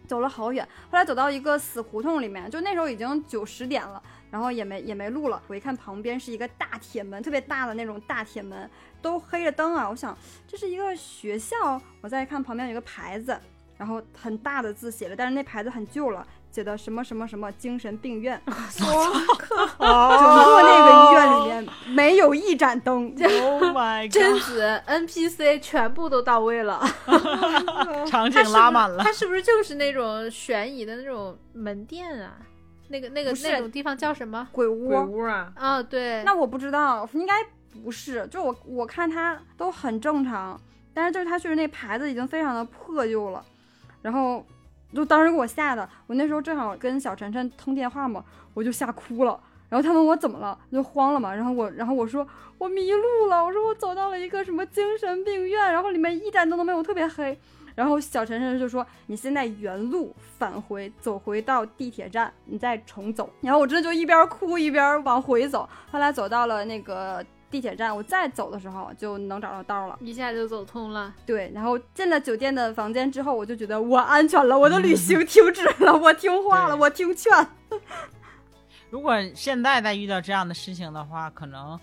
S4: 走了好远，后来走到一个死胡同里面，就那时候已经九十点了，然后也没也没路了。我一看旁边是一个大铁门，特别大的那种大铁门，都黑着灯啊。我想这是一个学校，我再看旁边有一个牌子，然后很大的字写着，但是那牌子很旧了，写的什么什么什么精神病院。
S2: 哦
S4: 整个那个医院里面没有一盏灯，
S2: ，Oh my
S1: 贞
S2: god，
S1: 子 NPC 全部都到位了。他
S2: 场景
S1: 是
S2: 拉
S1: 不
S2: 满
S1: 是
S2: 了。
S1: 他是不是就是那种悬疑的那种门店啊？那个那个
S4: 不是
S1: 那种地方叫什么？
S4: 鬼
S3: 鬼
S4: 屋。
S3: 屋啊，
S1: 啊、对，
S4: 那我不知道，应该不是。就我我看它都很正常，但是就是它确实那牌子已经非常的破旧了，然后就当时给我吓的，我那时候正好跟小晨晨通电话嘛，我就吓哭了。然后他问我怎么了，就慌了嘛。然后我，然后我说我迷路了，我说我走到了一个什么精神病院，然后里面一盏灯都没有，特别黑。然后小晨晨就说：“你现在原路返回，走回到地铁站，你再重走。”然后我真的就一边哭一边往回走。后来走到了那个地铁站，我再走的时候就能找到道了。
S1: 一下就走通了。
S4: 对，然后进了酒店的房间之后，我就觉得我安全了，我的旅行停止了，我听话了，
S2: 对
S4: 我听劝。
S2: 如果现在再遇到这样的事情的话，可能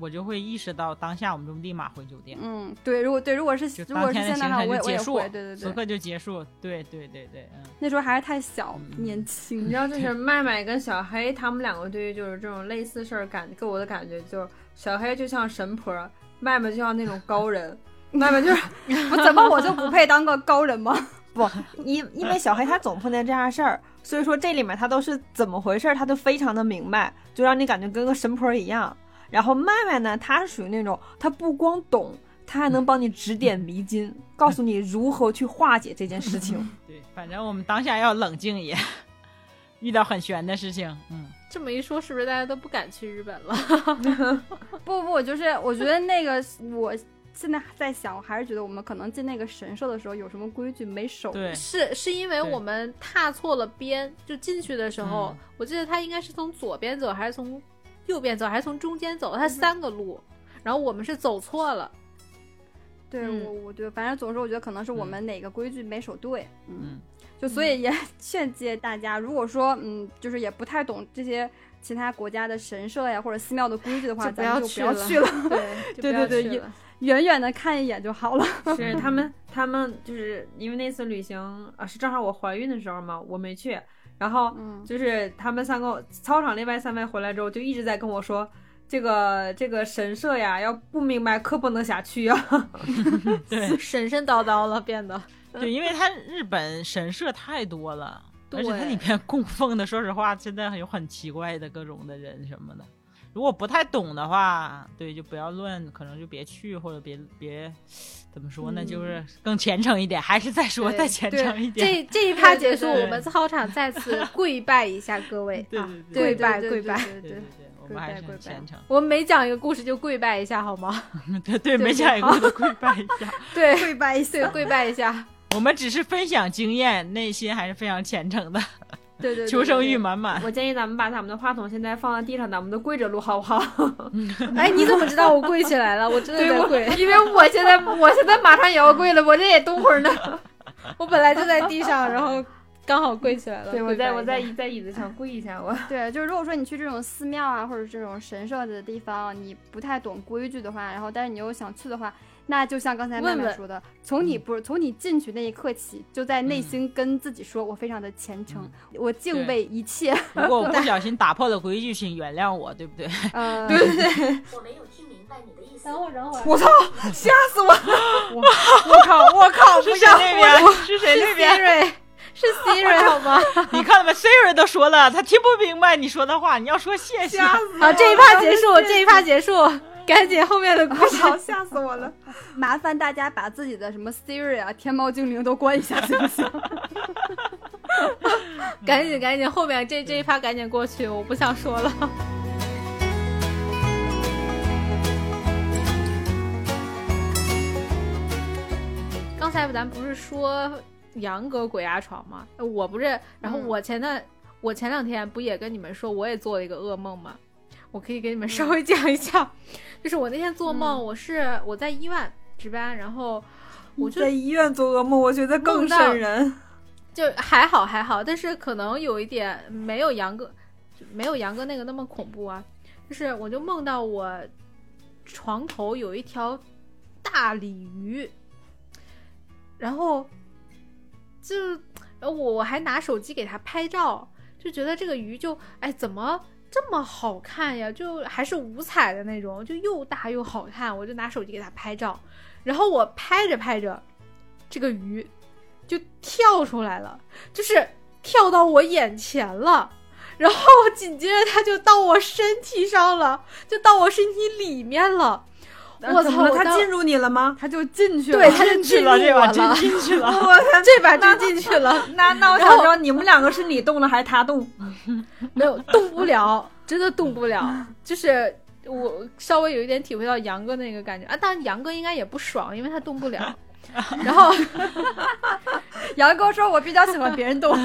S2: 我就会意识到当下我们就立马回酒店，
S4: 嗯，对，如果对，如果是
S2: 就
S4: 如
S2: 当
S4: 果是
S2: 天的
S4: 现在
S2: 行
S4: 的话，
S2: 程
S4: 我也
S2: 就
S4: 我
S2: 结束嗯
S4: 也会，，对
S2: 此
S4: 对对，
S2: 刻就结束。对对对对，嗯，
S4: 那时候还是太小，
S2: 嗯
S4: 年 轻
S3: 你知。道，就是麦麦跟小黑他们两个对于就是这种类似事儿感，给我的感觉就是小黑就像神婆，麦麦就像那种高 人。麦麦就是
S4: 我怎么我就不配当个高人吗？
S5: 不，因因为小黑他总碰见这样事儿，所以说这里面他都是怎么回事儿，他都非常的明白，就让你感觉跟个神婆一样。然后麦麦呢，他是属于那种他不光懂，他还能帮你指点迷津，告诉你如何去化解这件事情。
S2: 对，反正我们当下要冷静一点。 遇到很悬的事情，嗯，
S1: 这么一说，是不是大家都不敢去日本了？
S4: 不不，就是我觉得那个我。现在在想，我还是觉得我们可能进那个神社的时候有什么规矩没守。
S2: 对，
S1: 是是因为
S2: 对
S1: 我们踏错了边，就进去的时候，我记得他应该是从左边走还是从右边走还是从中间走，它三个路，然后我们是走错了，
S4: 对、
S1: 嗯
S4: 我，我觉得反正总之，我觉得可能是我们哪个规矩没守对，
S2: 嗯，
S4: 就所以也 劝诫大家，如果说嗯，就是也不太懂这些其他国家的神社呀或者寺庙的规矩的话，
S5: 就不
S4: 咱们
S5: 要
S4: 就
S5: 去
S4: 不要
S5: 了
S4: 去了，
S1: 对，就
S4: 对
S1: 不要
S4: 对对
S1: 去
S4: 也
S1: 了
S4: 远远的看一眼就好了。
S5: 是
S3: 是他们，他们就是因为那次旅行啊，是正好我怀孕的时候嘛，我没去。然后
S4: 嗯
S3: 就是他们三个操场另外三位回来之后，就一直在跟我说，这个这个神社呀，要不明白可不能瞎去啊。
S2: 对
S1: 神神叨叨了，变得
S2: 对，因为它日本神社太多了，而且它
S1: 对
S2: 里面供奉的，说实话，现在有很奇怪的各种的人什么的。如果不太懂的话，对，就不要乱，可能就别去，或者别别怎么说呢，就是更虔诚一点，还是再说
S1: 对
S2: 再虔
S1: 对
S2: 诚一点。
S1: 这这一趴
S4: 对对
S1: 结束，
S2: 对，
S1: 我们操场再次跪拜一下各位
S2: 对
S1: 啊
S2: 对
S1: 跪
S2: 对
S1: 拜
S4: 对
S1: 跪
S4: 对
S1: 拜。
S4: 对
S2: 对
S4: 对
S2: 对，我们
S4: 跪
S2: 还是
S4: 拜
S2: 很
S4: 跪拜
S2: 虔诚。
S1: 我们每讲一个故事就跪拜一下，好吗？
S2: 对对，没
S1: 对
S2: 想过就跪拜一下。
S1: 对，
S5: 跪拜一
S1: 对，
S5: 下，
S1: 跪拜一下。
S2: 我们只是分享经验，内心还是非常虔诚的，
S4: 对对，
S2: 求生欲满 满。
S3: 我建议咱们把咱们的话筒现在放在地上，咱们都跪着录好不 好？
S1: 哎，你怎么知道我跪起来了？我真的在跪，
S3: 因为我现在我现在马上也要跪了，我这也等会儿呢。
S1: 我本来就在地上，然后刚好跪起来了。
S3: 对，我
S1: 跪拜
S3: 在我
S1: 一
S3: 在
S1: 下
S3: 椅在椅子上跪一下， 我
S4: 对，就是如果说你去这种寺庙啊，或者这种神社的地方，你不太懂规矩的话，然后但是你又想去的话，那就像刚才
S1: 问
S4: 曼曼
S1: 问
S4: 说的，从你不是从你进去那一刻起，就在内心跟自己说，我非常的虔诚，我敬畏一切。
S2: 如果我不小心打破了规矩，请原谅我，对不对？
S4: 呃，
S6: 我没有听明白你的意思。
S1: 等会儿，等会儿，
S5: 我操，吓死我了！我我靠，我靠，不
S2: 是谁
S5: 要
S2: 那
S5: 我
S2: 边？是谁那边？
S1: Siri 是 Siri 好吗？
S2: 你看到没？Siri 都说了，他听不明白你说的话。你要说谢谢，
S5: 吓死我了！
S1: 好，这一趴结 束，这一趴结束，赶紧后面的故
S5: 我
S1: 事。
S5: 操，吓死我了！
S4: 麻烦大家把自己的什么 Siri 啊、天猫精灵都关一下，行不行？
S1: 赶紧赶紧，后面这这一趴赶紧过去，我不想说了。 刚才咱不是说杨哥鬼压床吗？呃我不是，然后
S4: 嗯
S1: 我前段、我前两天不也跟你们说，我也做了一个噩梦吗？我可以给你们稍微讲一下，就是我那天做梦，我是我在医院值班，然后我就
S5: 在医院做噩梦，我觉得更瘆人。
S1: 就还好还好，但是可能有一点没有杨哥，没有杨哥那个那么恐怖啊。就是我就梦到我床头有一条大鲤鱼，然后就然后我我还拿手机给它拍照，就觉得这个鱼就哎怎么这么好看呀？就还是五彩的那种，就又大又好看，我就拿手机给它拍照，然后我拍着拍着，这个鱼就跳出来了，就是跳到我眼前了。然后紧接着它就到我身体上了，就到我身体里面了。我
S5: 怎么了？
S1: 操！我
S5: 他
S1: 当
S5: 进入你了吗？
S4: 他就进去了。
S1: 对，它就
S2: 进去了，
S1: 入
S2: 这 把
S1: 我
S2: 真
S1: 了，
S2: 进去了。
S5: 我操！
S1: 这把真进去了。
S5: 那那我想知道你们两个是你动了还是他动？
S1: 没有动不了，真的动不 了。就是我稍微有一点体会到杨哥那个感觉啊，当然杨哥应该也不爽，因为他动不 了。然后
S4: 杨哥说：“我比较喜欢别人动。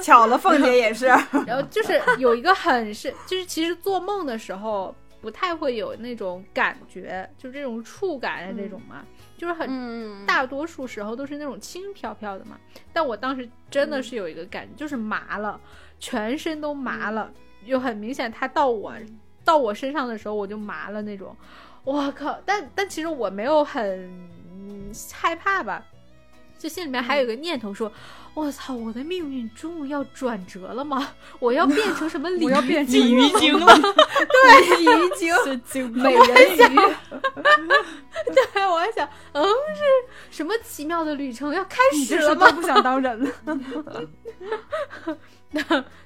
S5: 巧了，凤姐也是。
S1: 然后就是有一个很是，就是其实做梦的时候不太会有那种感觉，就这种触感啊这种嘛，就是”很
S4: 嗯，
S1: 大多数时候都是那种轻飘飘的嘛。但我当时真的是有一个感觉，就是麻了，全身都麻
S4: 嗯
S1: 了，就很明显，它到我到我身上的时候，我就麻了那种。我靠！但但其实我没有很嗯害怕吧，就心里面还有一个念头
S4: 嗯
S1: 说。我操！我的命运终于要转折了吗？ 我要变成什么 鲤
S4: 要
S1: 鱼
S4: 变 成
S2: 鲤鱼精了，
S5: 已经
S4: 美人鱼，
S1: 对， 我还想，嗯，是什么奇妙的旅程要开
S5: 你
S1: 始
S5: 这说
S1: 了吗
S5: 都？不想当人了。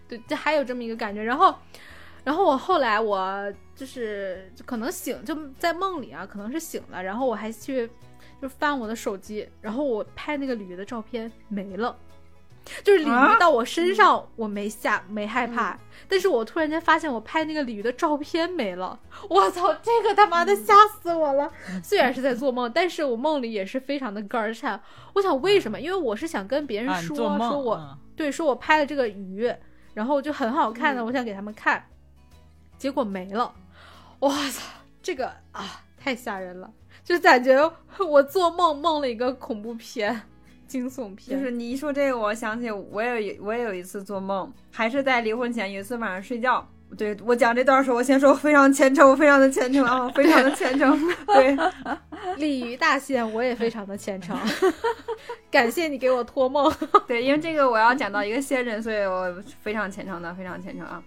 S1: 对，这还有这么一个感觉。然后，然后我后来我就是就可能醒，就在梦里啊，可能是醒了，然后我还去就翻我的手机，然后我拍那个鲤鱼的照片没了。就是鲤
S5: 啊
S1: 鱼到我
S2: 嗯
S1: 身上，我没吓没害怕，但是我突然间发现我拍那个鲤鱼的照片没了，我操，这个他妈的
S2: 嗯
S1: 吓死我了！虽然是在做梦，但是我梦里也是非常的肝儿颤。我想为什么？因为我是想跟别人
S2: 嗯啊你
S1: 说、
S2: 做梦
S1: 说我
S2: 嗯
S1: 嗯对，说我拍了这个鱼，然后就很好看的，我想给他们看。结果没了。哇塞，这个啊太吓人了，就感觉我做梦梦了一个恐怖片、惊悚
S3: 就
S1: 片。
S3: 是你一说这个，我想起我也有我也有一次做梦，还是在离婚前有一次晚上睡觉。对我讲这段时候，我先说我非常虔诚，我非常的虔诚啊，我非常的虔诚。 对，
S1: 鲤鱼大仙，我也非常的虔 诚，感谢你给我托梦。
S3: 对，因为这个我要讲到一个仙人，所以我非常虔诚的，非常虔诚啊。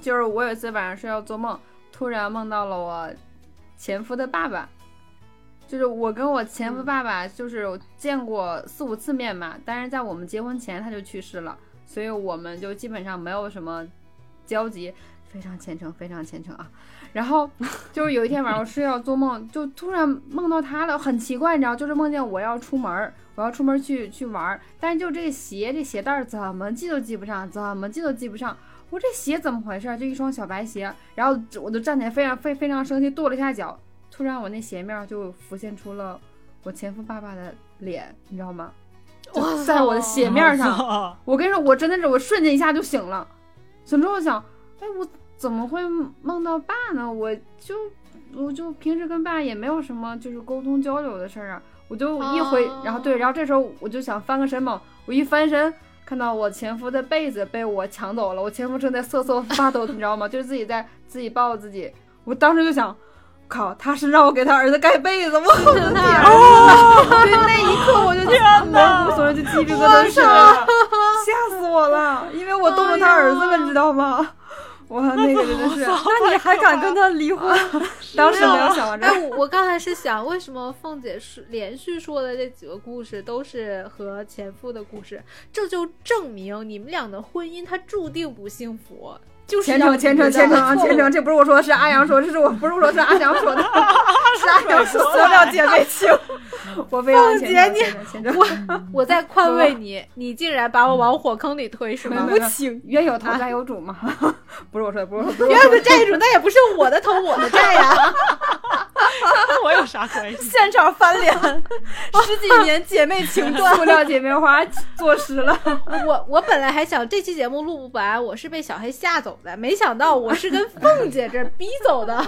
S3: 就是我有一次晚上睡觉做梦，突然梦到了我前夫的爸爸，就是我跟我前夫爸爸就是我见过四五次面嘛，但是在我们结婚前他就去世了，所以我们就基本上没有什么交集，非常虔诚，非常虔诚啊。然后就是有一天晚上我睡觉做梦，就突然梦到他了，很奇怪，你知道，就是梦见我要出门儿，我要出门儿去去玩儿，但是就这个鞋这鞋带儿怎么系都系不上，怎么系都系不上。我说这鞋怎么回事儿？就一双小白鞋，然后我就站起来，非常非非常生气，跺了一下脚。突然，我那鞋面儿就浮现出了我前夫爸爸的脸，你知道吗？就在我的鞋面 儿 上，
S2: 上，
S3: 我跟你说，我真的是我瞬间一下就醒了，醒之后想，哎，我怎么会梦到爸呢？我就我就平时跟爸也没有什么就是沟通交流的事儿啊，我就一回，
S1: 哦
S3: 然后对，然后这时候我就想翻个身嘛，我一翻身。看到我前夫的被子被我抢走了，我前夫正在瑟瑟发抖，你知道吗？就是自己在自己抱自己。我当时就想，靠，他是让我给他儿子盖被子，我的 天啊！ 对，那一刻我就毛骨悚然，就鸡皮疙瘩起来了， 吓死我了！因为我动着他儿子了，你知道吗？我那个真的是，
S4: 那你还敢跟他离婚？
S3: 当时没有想啊到这
S1: 哎， 我我刚才是想，为什么凤姐是连续说的这几个故事都是和前夫的故事？这就证明你们俩的婚姻它注定不幸福，就是
S3: 虔诚，虔诚，虔诚 啊，虔诚！这不是我说的，是阿阳说的，这是我不是我说的，是阿翔说的，是阿阳说
S5: 塑料姐妹 情，
S3: 的。我非常啊虔
S1: 凤
S3: 诚，
S1: 姐
S3: 虔诚，虔 诚。
S1: 我我在宽慰你，你竟然把我往火坑里推，是吗
S3: 没？
S5: 无情。
S3: 冤有头，债有主嘛。 不是我说的，不是我说的，不是我
S1: 原
S3: 说
S1: 来
S3: 的
S1: 的债主，那也不是我的头，我的债呀、
S2: 跟我有啥关系？
S5: 现场翻脸，十几年姐妹情 断。
S3: 塑料姐妹花坐实了。
S1: 我我本来还想这期节目录不完，我是被小黑吓走的，没想到我是 跟凤姐这儿逼走的。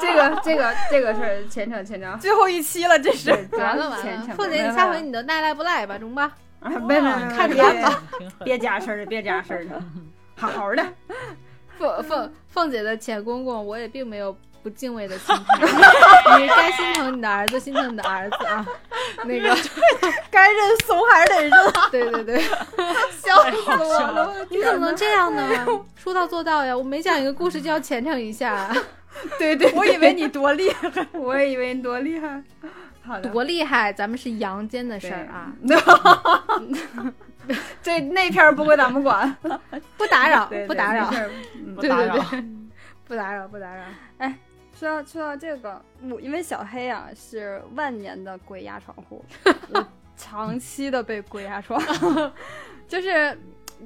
S3: 这个，这个，这个是虔诚，虔诚。
S5: 最后一期了， 这是。
S1: 完了完
S3: 虔
S1: 了，
S3: 诚
S1: 凤姐，你下回你的耐赖不赖吧，中吧。
S3: 啊没没没，
S1: 看着
S3: 别
S1: 办
S2: 吧，挺狠
S3: 别加声儿了，别加声儿 了，好好的。
S1: 凤 凤凤姐的前公公，我也并没有不敬畏的心态。你该心疼你的儿子，心疼你的儿子啊。那 个，
S5: 该认怂还是得认。
S1: 对对对，
S2: 太好 笑了。
S1: 你们怎么能这样 呢？说到做到呀！我每讲一个故事就要虔诚一下啊，
S3: 对对，
S5: 我以为你 多厉害，
S3: 我也以为你多厉害。好的，
S1: 多厉害！咱们是阳间的事儿 啊，
S3: 这那片儿不归咱们 管，
S1: 不打扰
S3: 对，
S1: 不打扰，。
S3: 对没事儿嗯
S2: 不
S1: 对
S2: 打
S1: 对
S2: 扰，
S1: 对，不打扰，不打扰。
S4: 说到说到这个，我因为小黑啊是万年的鬼压床 户，我长期的被鬼压床， 就是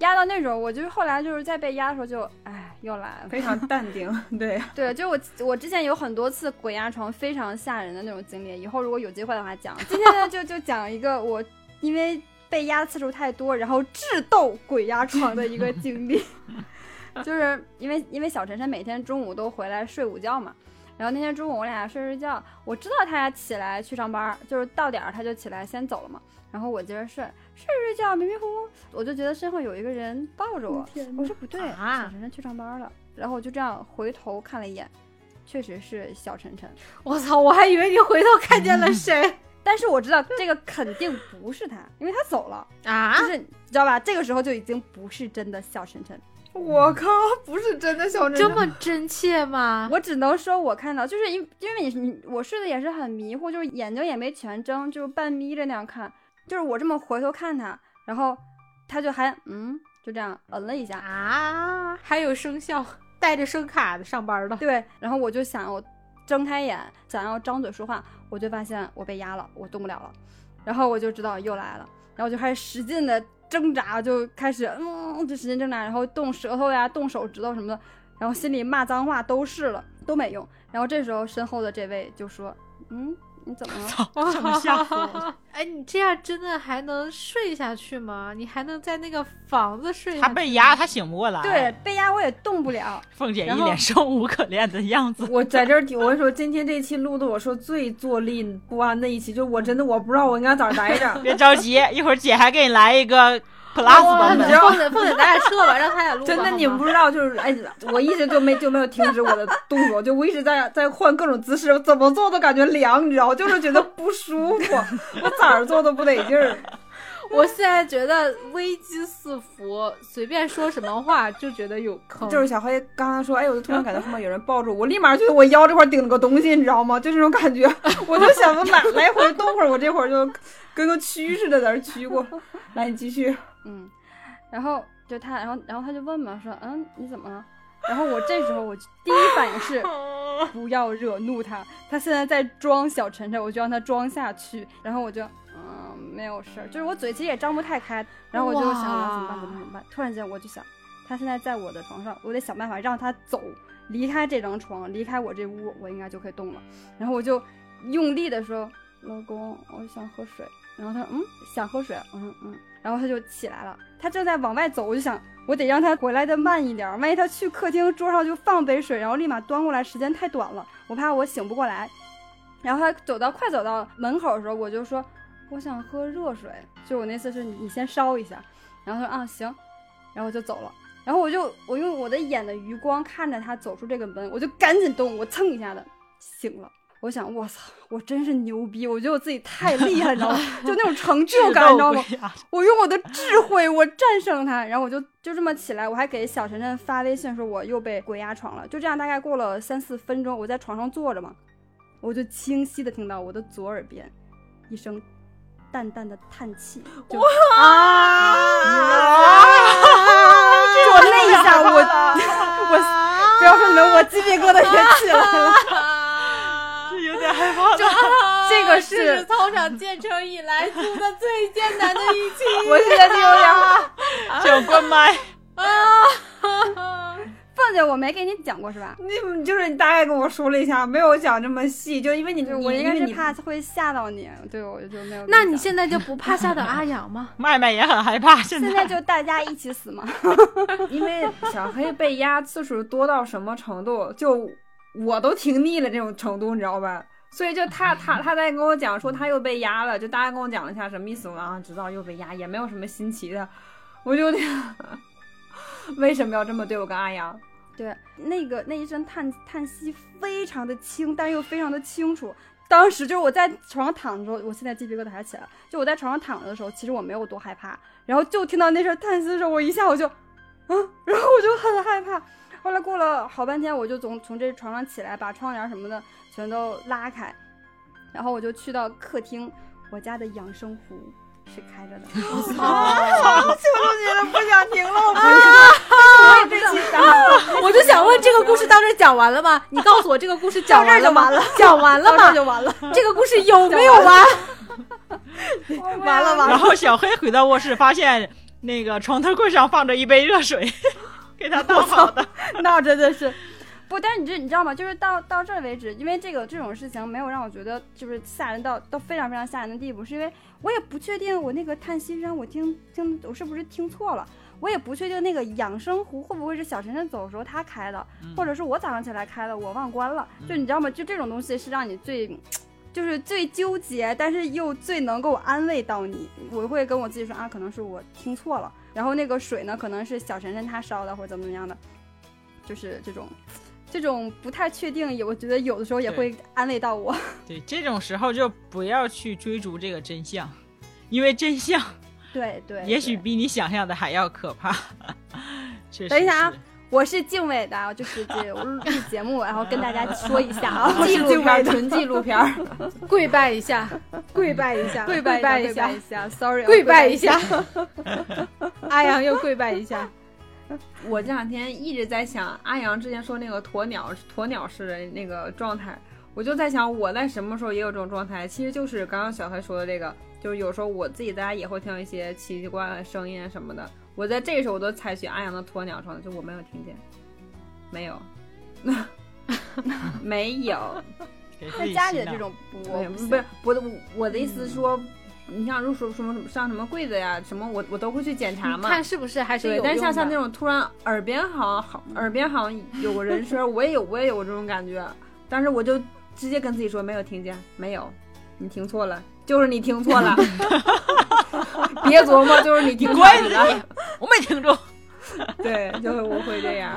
S4: 压到那种，我就是后来就是再被压的时候就，哎，又来了。
S3: 非常淡定， 对，
S4: 对，就我我之前有很多次鬼压床非常吓人的那种经历，以后如果有机会的话讲。今天呢就就讲一个我因为被压次数太多，然后智斗鬼压床的一个经历， 就是因为因为小晨晨每天中午都回来睡午觉嘛。然后那天中午我俩睡睡觉，我知道他起来去上班，就是到点儿他就起来先走了嘛。然后我接着睡，睡着睡觉迷迷糊糊，我就觉得身后有一个人抱着我，我说不对，
S1: 啊
S4: 小晨晨去上班了。然后我就这样回头看了一眼，确实是小晨晨， 嗯
S1: 我操！我还以为你回头看见了谁
S4: 但是我知道这个肯定不是他，因为他走了，
S1: 啊
S4: 就？是你知道吧？这个时候就已经不是真的小晨晨，
S3: 我靠，不是真的小
S1: 这
S3: 真。
S1: 么真切吗？
S4: 我只能说我看到，就是因因为你是你我睡得也是很迷糊，就是眼睛也没全睁，就是半眯着那样看，就是我这么回头看他，然后他就还嗯就这样嗯了一下，
S1: 啊，还有生肖带着声卡的上班的，
S4: 对，然后我就想，我睁开眼想要张嘴说话，我就发现我被压了，我动不了了，然后我就知道又来了，然后我就开始使劲的挣扎，就开始嗯，就使劲挣扎，然后动舌头呀，动手指头什么的，然后心里骂脏话都是了，都没用。然后这时候身后的这位就说，嗯，你怎么了？
S2: 操， 这么吓唬我！
S1: 哎，你这样真的还能睡下去吗？你还能在那个房子睡下
S2: 他
S1: 去？
S2: 被压，他醒不过来。
S4: 对，，被压我也动不了。
S2: 凤姐
S3: 然
S2: 一
S3: 后
S2: 脸生无可恋的样 子。。
S3: 我在这儿，我跟你说，今天这期录的，我说最坐立不安的一期，就我真的我不知道我应该咋待着
S2: 别着急，一会儿姐还给你来一个 plus 版
S1: 凤
S2: 本
S1: 姐，。凤姐，凤姐，咱俩撤吧，让他 俩录吧。
S3: 真的，
S1: 好
S3: 你们
S1: 吗
S3: 不知道，就是哎，我一直就没就没有停止我的动作，就 我一直在在换各种姿势，我怎么做都感觉凉，你知道，就是觉得不舒服， 我咋儿做都不得劲儿。
S1: 我现在觉得危机四伏，随便说什么话就觉得有坑。
S3: 就是小黑刚刚说，哎，我就突然感觉后面有人抱住我，我立马觉得我腰这块顶了个东西，你知道吗？就这种感觉， 我就想着来来回动会儿，我这会儿就跟个蛆似的在那儿蛆 过。来，你继续。
S4: 嗯，然后就他，然后然后他就问嘛，说嗯你怎么了？然后我这时候我就第一反应是不要惹怒他，他现在在装小晨晨，我就让他装下去。然后我就嗯没有事儿，就是我嘴其实也张不太开，然后我就想我要怎么办怎么办怎么办？突然间我就想，他现在在我的床上，我得想办法让他走，离开这张床，离开我这屋，我应该就可以动了。然后我就用力的说，老公，我想喝水。然后他说嗯想喝水，我说嗯。然后他就起来了，他正在往外走，我就想我得让他回来的慢一点儿，万一他去客厅桌上就放杯水，然后立马端过来，时间太短了，我怕我醒不过来。然后他走到快走到门口的时候，我就说我想喝热水，就我那次是你你先烧一下，然后他说啊行，然后我就走了。然后我就我用我的眼的余光看着他走出这个门，我就赶紧动，我蹭一下子醒了。我想，我操，我真是牛逼！我觉得 我自己太厉害了，你知道吗？就那种成就感，你知道吗？
S2: 智斗不呀
S4: 我用我的智慧，我战胜他，然后我就就这么起来，我还给小晨晨发微信说我又被鬼压床了。就这样，大概过了三四分钟，我在床上坐着嘛，我就清晰的听到我的左耳边一声淡淡的叹气，就
S2: 啊
S3: 我那一下， 我我不要说你们，我鸡皮疙瘩也起来了。
S1: 啊
S2: 这有点害怕了。
S1: 这
S3: 个
S1: 是
S3: 是
S1: 操场建成以来度的最艰难的一期。
S3: 我现在就有点儿，
S2: 想关麦，
S1: 啊
S4: 凤姐，我没给你讲过是吧？
S3: 你就是你大概跟我说了一下，没有讲这么细，就因为你
S4: 就是
S3: 你
S4: 我应该
S3: 因为
S4: 是
S3: 你
S4: 怕会吓到你，对我就没有跟讲。
S1: 那你现在就不怕吓到阿阳吗？
S2: 麦麦也很害怕。现
S4: 现
S2: 在
S4: 在就大家一起死嘛？
S3: 因为小黑被压次数多到什么程度，就我都听腻了这种程度，你知道吧？所以就他他他在跟我讲说他又被压了，就大概跟我讲了一下什么意思，我啊知道又被压，也没有什么新奇的，我就 为什么要这么对我跟阿啊 阳？
S4: 对，那个那一声叹叹息非常的轻，但又非常的清楚。当时就是我在床上躺着的时候，我现在鸡皮疙瘩还起来了。就我在床上躺着的时候，其实我没有多害怕，然后就听到那声叹息的时候，我一下我就，嗯，然后我就很害怕。后来过了好半天，我就从从这床上起来，把窗帘什么的全都拉开，然后我就去到客厅，我家的养生壶是开着的。
S1: 哦
S3: 啊
S1: 我就想问，这个故事到这儿讲完了 吗？你告诉我，这个故事讲完了吗？讲完 了吗？就完了。这个故事有没有啊完？
S3: 完了完
S2: 然后小黑回到卧室，发现那个床头柜上放着一杯热水， 给他倒好的。
S4: 那真的是。不，但是你这你知道吗？就是到到这儿为止，因为这个这种事情没有让我觉得就是吓人到到非常非常吓人的地步，是因为我也不确定我那个叹息声我听听我是不是听错了，我也不确定那个养生壶会不会是小晨晨走的时候他开的，
S2: 嗯
S4: 或者是我早上起来开的，我忘关了。就你知道吗？就这种东西是让你最。就是最纠结，但是又最能够安慰到你。我会跟我自己说啊，可能是我听错了。然后那个水呢，可能是小晨晨他烧的，或者怎么怎么样的。就是这种，这种不太确定，也我觉得有的时候也
S2: 对
S4: 会安慰到我。
S2: 对，这种时候就不要去追逐这个真相，因为真相
S4: 对对，
S2: 也许
S4: 对
S2: 比你想象的还要可怕。 确实
S4: 等一下啊
S2: 是，
S4: 我是敬畏的啊，就是这我录录节目，然后跟大家说一 下啊，
S3: 纪录片纯纪录片，
S1: 跪拜一下，
S4: 跪拜一下，跪
S1: 拜一下跪拜
S4: 拜下跪拜一下，sorry，我
S1: 跪拜
S4: 拜
S1: 一下。阿阳又跪拜一下。
S3: 我这两天一直在想阿阳之前说那个鸵鸟鸵鸟式的那个状态，我就在想我在什么时候也有这种状态，其实就是刚刚小黑说的这个，就是有时候我自己在家也会听到一些奇奇怪怪的声音啊什么的，我在这时候我都采取阿阳的鸵鸟状态，就我没有听见，没有，没有，
S2: 给自
S7: 在
S2: 己
S7: 家
S2: 洗
S7: 里的
S2: 脑
S7: 这种我
S3: 对，不是我的我的意思是说，你像入手什么什么上什么柜子呀，什么我我都会去检查嘛。
S1: 看是不是还是有
S3: 对，
S1: 用
S3: 但是像
S1: 的
S3: 像那种突然耳边好像好耳边好像有个人声，我也有我也有这种感觉，但是我就直接跟自己说没有听见，没有，你听错了，就是你听错了，别琢磨，就是你听错
S2: 乖着
S3: 了，
S2: 我没听住，
S3: 对，就是我会这样，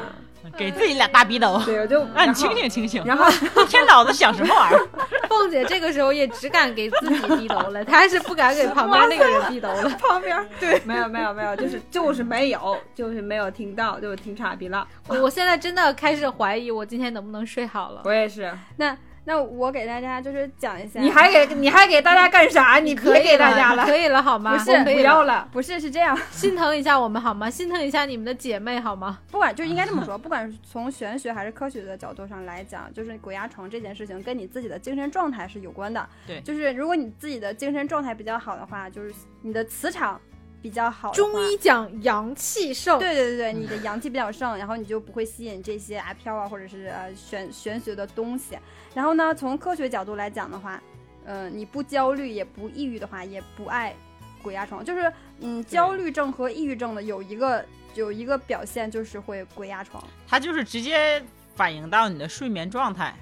S2: 给自己俩大逼斗，
S3: 对，我就
S2: 让
S3: 然
S2: 你
S3: 后
S2: 清醒清醒。
S3: 然后
S2: 一天脑子想什么玩意儿？
S1: 凤姐这个时候也只敢给自己低头了，她是不敢给旁边那个人低头了。
S3: 旁边对，没有没有没有，就是就是没有，就是没有听到，就是听岔皮了，
S1: 我现在真的开始怀疑我今天能不能睡好了。
S3: 我也是。
S7: 那那我给大家就是讲一下，
S3: 你还给你还给大家干啥？你
S1: 可
S3: 别
S1: 以
S3: 给 大 家了，
S1: 可以了好吗？
S7: 不是
S1: 我们
S3: 不要了。
S7: 不是是这样，
S1: 心疼一下我们好吗？心疼一下你们的姐妹好吗？
S7: 不管就应该这么 说，不管是从玄学还是科学的角度上来讲，就是鬼压床这件事情跟你自己的精神状态是有关的。
S2: 对
S7: 就是如果你自己的精神状态比较好的话，就是你的磁场比较好的话。
S1: 中医讲阳气盛，
S7: 对对对对，
S2: 嗯
S7: 你的阳气比较盛，然后你就不会吸引这些阿飘啊，或者是呃玄玄学的东西。然后呢，从科学角度来讲的话，呃，你不焦虑也不抑郁的话，也不爱鬼压床。就是嗯，焦虑症和抑郁症的有一个有一个表现就是会鬼压床。
S2: 它就是直接反映到你的睡眠状态，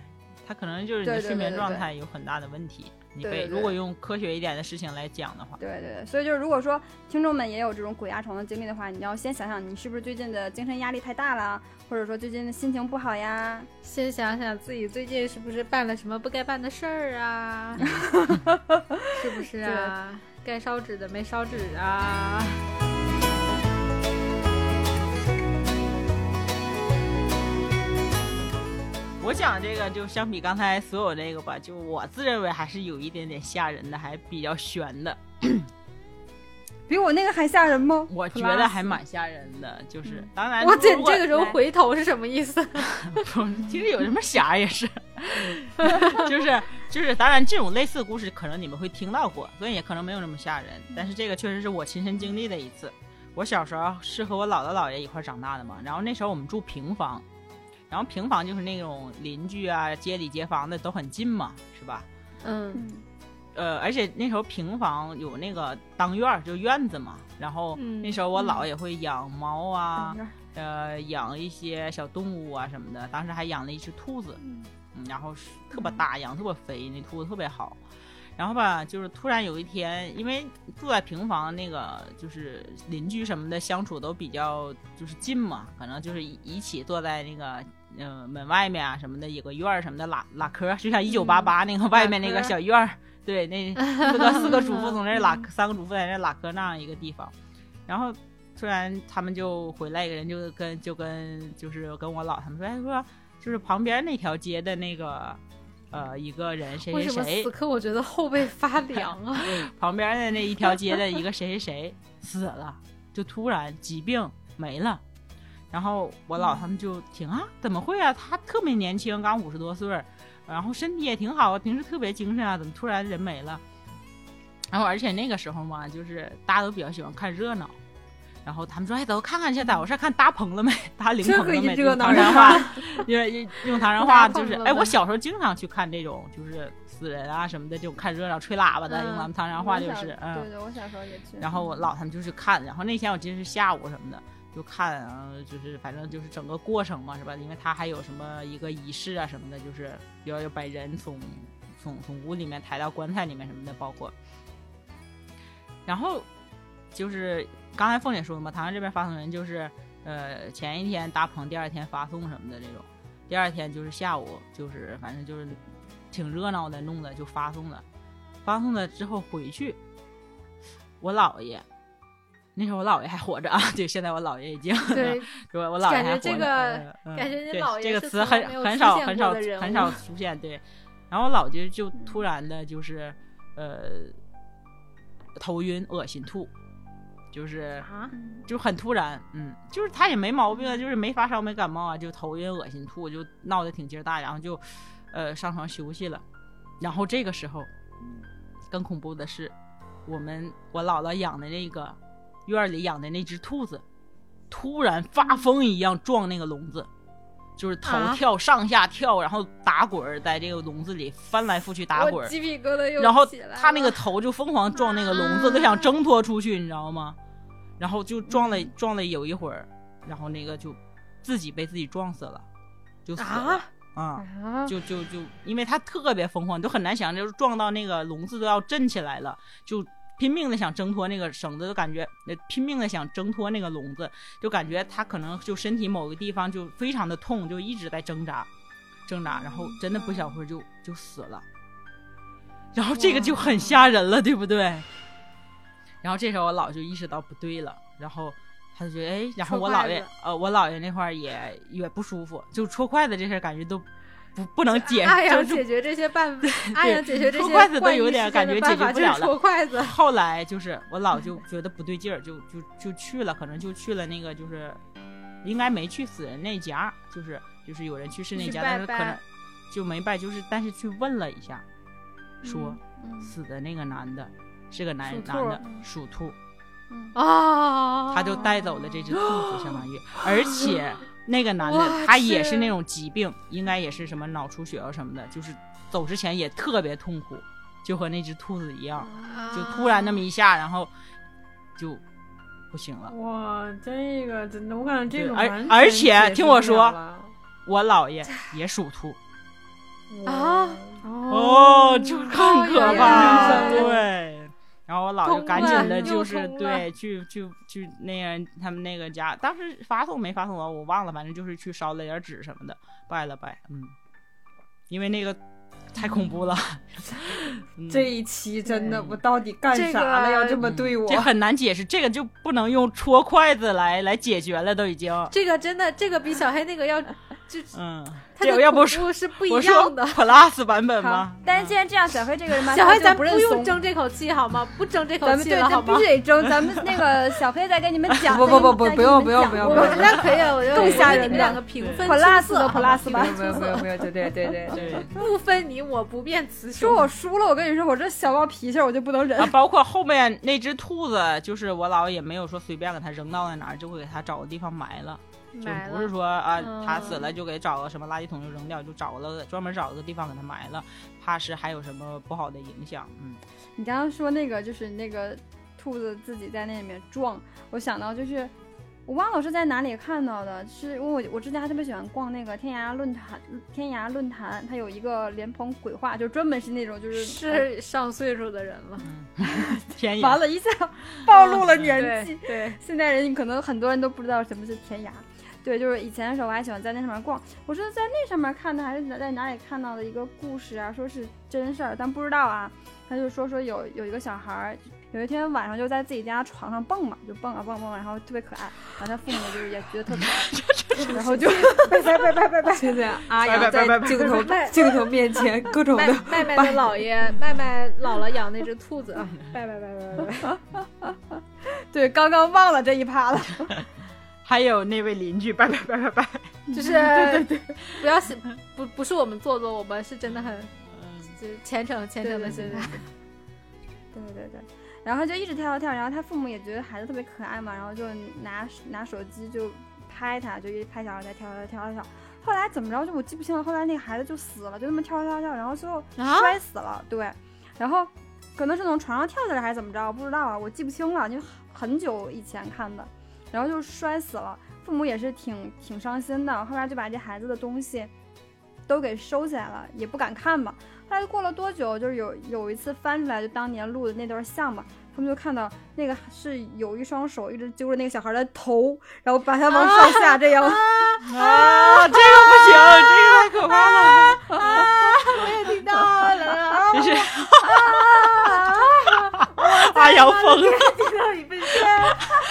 S2: 它可能就是你的
S7: 对对
S2: 睡眠
S7: 对对
S2: 状
S7: 对
S2: 态有很大的问题。你
S7: 对
S2: 被
S7: 对对
S2: 如果用科学一点的事情来讲的话，
S7: 对对对，所以就是如果说听众们也有这种鬼压床的经历的话，你要先想想你是不是最近的精神压力太大了，或者说最近的心情不好呀，
S1: 先想想自己最近是不是办了什么不该办的事儿啊？是不是啊？该烧纸的没烧纸啊？
S2: 我讲这个就相比刚才所有这个吧，就我自认为还是有一点点吓人的，还比较悬的。
S7: 比我那个还吓人吗？
S2: 我觉得还蛮吓人的，就是当然，
S1: 我姐，你这个时
S2: 时
S1: 候
S2: 候
S1: 回头是什么意思？
S2: 其实有什么侠也是， 就是就是，当然这种类似的故事可能你们会听到过，所以也可能没有那么吓人。
S1: 嗯
S2: 但是这个确实是我亲身经历的一次。我小时候是和我姥姥姥爷一块儿长大的嘛，然后那时候我们住平房，然后平房就是那种邻居啊、街里街坊的都很近嘛，是吧？
S1: 嗯
S2: 呃，而且那时候平房有那个当院儿，就院子嘛。然后
S1: 嗯
S2: 那时候我姥也会养猫啊，
S7: 嗯
S2: 呃，养一些小动物啊什么的。当时还养了一只兔子，嗯，然后是特别大，养得特别肥，那兔子特别好。然后吧，就是突然有一天，因为住在平房，那个就是邻居什么的相处都比较就是近嘛，可能就是一一起坐在那个呃门外面啊什么的，有个院儿什么的拉拉嗑儿，就像一九八八那个外面那个小院嗯儿，对， 那四个四个主妇从那儿拉，三个主妇在那儿拉嗑那样一个地方。然后突然他们就回来一个人就跟就跟就是跟我姥他们说，哎说就是旁边那条街的那个呃一个人谁
S1: 为
S2: 谁
S1: 什么
S2: 谁
S1: 此，刻我觉得后背发凉啊？
S2: 旁边的那一条街的一个谁谁谁死了，就突然疾病没了。然后我姥他们就挺啊，怎么会啊？他特别年轻，刚五十多岁儿，然后身体也挺好啊，平时特别精神啊，怎么突然人没了？然后而且那个时候嘛，就是大家都比较喜欢看热闹，然后他们说：“哎，走看看去，咋回事？看搭棚了没？ 搭灵棚了没？”
S3: 这个一热
S2: 用
S3: 闹
S2: 唐山话， 用用唐山话就是
S1: 搭棚了，没
S2: 哎，我小时候经常去看这种，就是死人啊什么的，这种看热闹、吹喇叭的，
S1: 嗯
S2: 用咱们唐山话就
S7: 我小
S2: 是，
S7: 对
S2: 嗯。
S7: 对，我小时候也去。
S2: 然后我老他们就去看，然后那天我记得是下午什么的，就看啊，就是反正就是整个过程嘛，是吧？因为他还有什么一个仪式啊什么的，就是比如要把人从从从屋里面抬到棺材里面什么的，包括。然后就是刚才凤姐说的嘛，唐山这边发送人就是呃前一天搭棚，第二天发送什么的这种，第二天就是下午就是反正就是挺热闹的，弄的就发送了，发送了之后回去，我姥爷。那时候我姥爷还活着啊，对，现在我姥爷已经
S1: 对，
S2: 对，我姥
S1: 感
S2: 爷还
S1: 觉
S2: 活
S1: 这
S2: 着
S1: 个
S2: 嗯嗯
S1: 感觉你
S2: 对
S1: 姥爷
S2: 这
S1: 是
S2: 个词
S1: 从来
S2: 很
S1: 没有
S2: 很
S1: 出
S2: 少
S1: 现
S2: 很
S1: 过
S2: 少
S1: 的人
S2: 很
S1: 物
S2: 少出现，对。然后我姥爷就突然的就是呃头晕、恶心、吐，就是
S1: 啊，
S2: 就很突然，嗯，就是他也没毛病啊，就是没发烧、没感冒啊，就头晕、恶心、吐，就闹得挺劲儿大，然后就呃上床休息了。然后这个时候，更恐怖的是，我们我姥姥养的那个院儿里养的那只兔子，突然发疯一样撞那个笼子，就是头跳、上下跳，然后打滚儿，在这个笼子里翻来覆去打滚
S1: 我
S2: 儿，
S1: 鸡皮疙瘩又
S2: 然后
S1: 起来了
S2: 他那个头就疯狂撞那个笼子，
S1: 啊
S2: 他想挣脱出去，你知道吗？然后就撞
S1: 嗯
S2: 了撞了有一会儿，然后那个就自己被自己撞死了，就死了
S1: 啊
S2: 啊。
S8: 啊，
S2: 就就就，因为他特别疯狂，你都很难想，就是撞到那个笼子都要震起来了，就拼命的想挣脱那个绳子，就感觉呃拼命的想挣脱那个笼子，就感觉他可能就身体某个地方就非常的痛，就一直在挣扎，挣扎，然后真的不小会儿就就死了，然后这个就很吓人了，对不对？然后这时候我姥就意识到不对了，然后他就觉得哎，然后
S1: 戳
S2: 我
S1: 筷
S2: 姥爷
S1: 子
S2: 呃我姥爷那块儿也也不舒服，就戳筷子这事儿感觉都不不能解释，
S1: 阿阳
S2: 就是
S1: 解决这些办法，阿阳解决这
S2: 戳
S1: 些
S2: 筷子都
S1: 怪异
S2: 有点
S1: 事件
S2: 感
S1: 的
S2: 觉
S1: 办
S2: 解决
S1: 法就
S2: 不
S1: 是
S2: 了了
S1: 戳筷 子，
S2: 后来就是我姥就觉得不对劲儿，就就就去了，可能就去了那个就是，应该没去死人那家，就是就是有人去世那
S1: 去
S2: 家，
S1: 拜
S2: 但是可能
S1: 拜
S2: 就没拜，就是但是去问了一下，说、
S8: 嗯
S2: 死的那个男的是个男
S1: 属兔
S2: 男的属兔，
S1: 啊，
S2: 他就带走了这只兔子，相当于，而且那个男
S1: 我
S2: 的他
S1: 去
S2: 也是那种疾病，应该也是什么脑出血啊什么的，就是走之前也特别痛苦，就和那只兔子一样。就突然那么一下，然后就不行了。
S3: 哇，这个真的，我感觉这
S2: 对
S3: 个
S2: 而
S3: 完
S2: 而
S3: 全
S2: 且
S3: 解释
S2: 听我
S3: 不
S2: 说
S3: 了了
S2: 我姥爷也属兔，
S1: 啊，
S2: 哦，就更可
S1: 哎
S2: 怕
S1: 呀
S2: 了。哦对，然后我姥
S1: 通
S2: 就赶紧
S1: 了
S2: 的，
S1: 又
S2: 就是
S1: 通了
S2: 对，去去去那个人他们那个家，当时发送没发送我，我忘了，反正就是去烧了点纸什么的，拜了拜，嗯，因为那个太恐怖了， 嗯
S3: 这一期真的，
S2: 嗯
S3: 我到底干
S8: 这
S3: 啥
S8: 个
S3: 了？要这么对我？
S2: 这很难解释，这个就不能用戳筷子来来解决了，都已经，
S1: 这个真的，这个比小黑那个要， 就
S2: 嗯，
S1: 他
S2: 这
S1: 的
S2: 个要不
S1: 恐怖是不一
S2: 我
S1: 样
S2: 说
S1: 的。
S2: plus 版本吗？啊
S8: 但是
S4: 嗯
S8: 既然这样，小黑这个人吧，
S1: 小
S8: 他
S1: 黑，
S8: 就
S1: 咱
S8: 不
S1: 不
S8: 认
S1: 用
S8: 怂，
S1: 争这口气好吗？不争这口
S8: 咱们
S1: 气
S8: 对，
S1: 了好
S8: 咱
S1: 吗
S8: 必须？得争。咱们那个小黑再跟你们讲，
S3: 不不不不
S8: 再跟
S3: 不用
S8: 你们
S3: 不用
S8: 讲
S3: 不用
S1: 我
S8: 我
S3: 不
S1: 们
S8: 们
S3: 用
S1: 觉得可以，我觉得
S8: 更吓人
S1: 你们
S8: 的
S1: 两个平
S8: 对
S1: 分青
S8: plus
S1: 色
S8: 的
S1: 好吗
S8: plus
S1: 平
S8: 吧
S1: 分
S3: 不用不用不用，对对对对对。
S2: 对。
S1: 不分你我不变雌雄。
S4: 说我输了，我跟你说，我这小暴脾气儿我就不能忍
S2: 啊，。包括后面那只兔子，就是我姥爷也没有说随便给它扔到那哪儿，就会给它找个地方埋了，
S1: 买
S2: 就不是
S1: 了，
S2: 说啊
S1: 嗯
S2: 它死了就给找个什么垃圾桶就扔掉，就找了个专门找了个地方给它埋了，怕是还有什么不好的影响。嗯，
S4: 你刚刚说那个就是那个兔子自己在那里面撞，我想到就是我忘了我是在哪里看到的，是因为我我之前还特别喜欢逛那个天涯论坛，天涯论坛它有一个莲蓬鬼话，就专门是那种就是哎
S1: 是上岁数的人了，
S2: 嗯天
S4: 完
S2: 涯，
S4: 了一下 暴露了年纪
S1: 嗯对。对，
S4: 现代人可能很多人都不知道什么是天涯。对，就是以前的时候我还喜欢在那上面逛，我是在那上面看的，还是在哪里看到的一个故事啊，说是真事儿，但不知道啊。他就说说有有一个小孩儿，有一天晚上就在自己家床上蹦嘛，就蹦啊蹦蹦，然后特别可爱，然后他父母就是也觉得 特可爱，然后就拜拜拜拜拜拜，
S3: 现在阿
S2: 拜
S3: 阳
S2: 拜拜
S3: 在
S2: 拜
S3: 镜头
S1: 拜
S3: 镜头面前各种
S1: 麦
S3: 的
S1: 麦麦的姥爷，麦麦姥姥养那只兔子啊，拜拜拜拜拜拜。
S4: 对，刚刚忘了这一趴了。
S2: 还有那位邻居，拜拜拜拜拜。
S1: 就是不要想不不是我们做作，我们是真的很就是虔诚虔诚的心态。
S4: 对对对，然后就一直跳跳跳，然后他父母也觉得孩子特别可爱嘛，然后就拿拿手机就拍他，就一直拍小孩在跳跳跳跳跳。后来怎么着就我记不清了，后来那个孩子就死了，就那么跳跳跳，然后最后
S1: 啊
S4: 摔死了。对，然后可能是从床上跳下来还是怎么着，不知道啊，我记不清了，就很久以前看的，然后就摔死了。父母也是挺挺伤心的，后来就把这孩子的东西都给收起来了，也不敢看吧。后来过了多久，就是有有一次翻出来，就当年录的那段像嘛，他们就看到那个是有一双手一直揪着那个小孩的头，然后把他往上下这样。
S2: 啊，这个不行，这个太可怕了，
S1: 听到 了，
S2: 这是。阿阳疯了，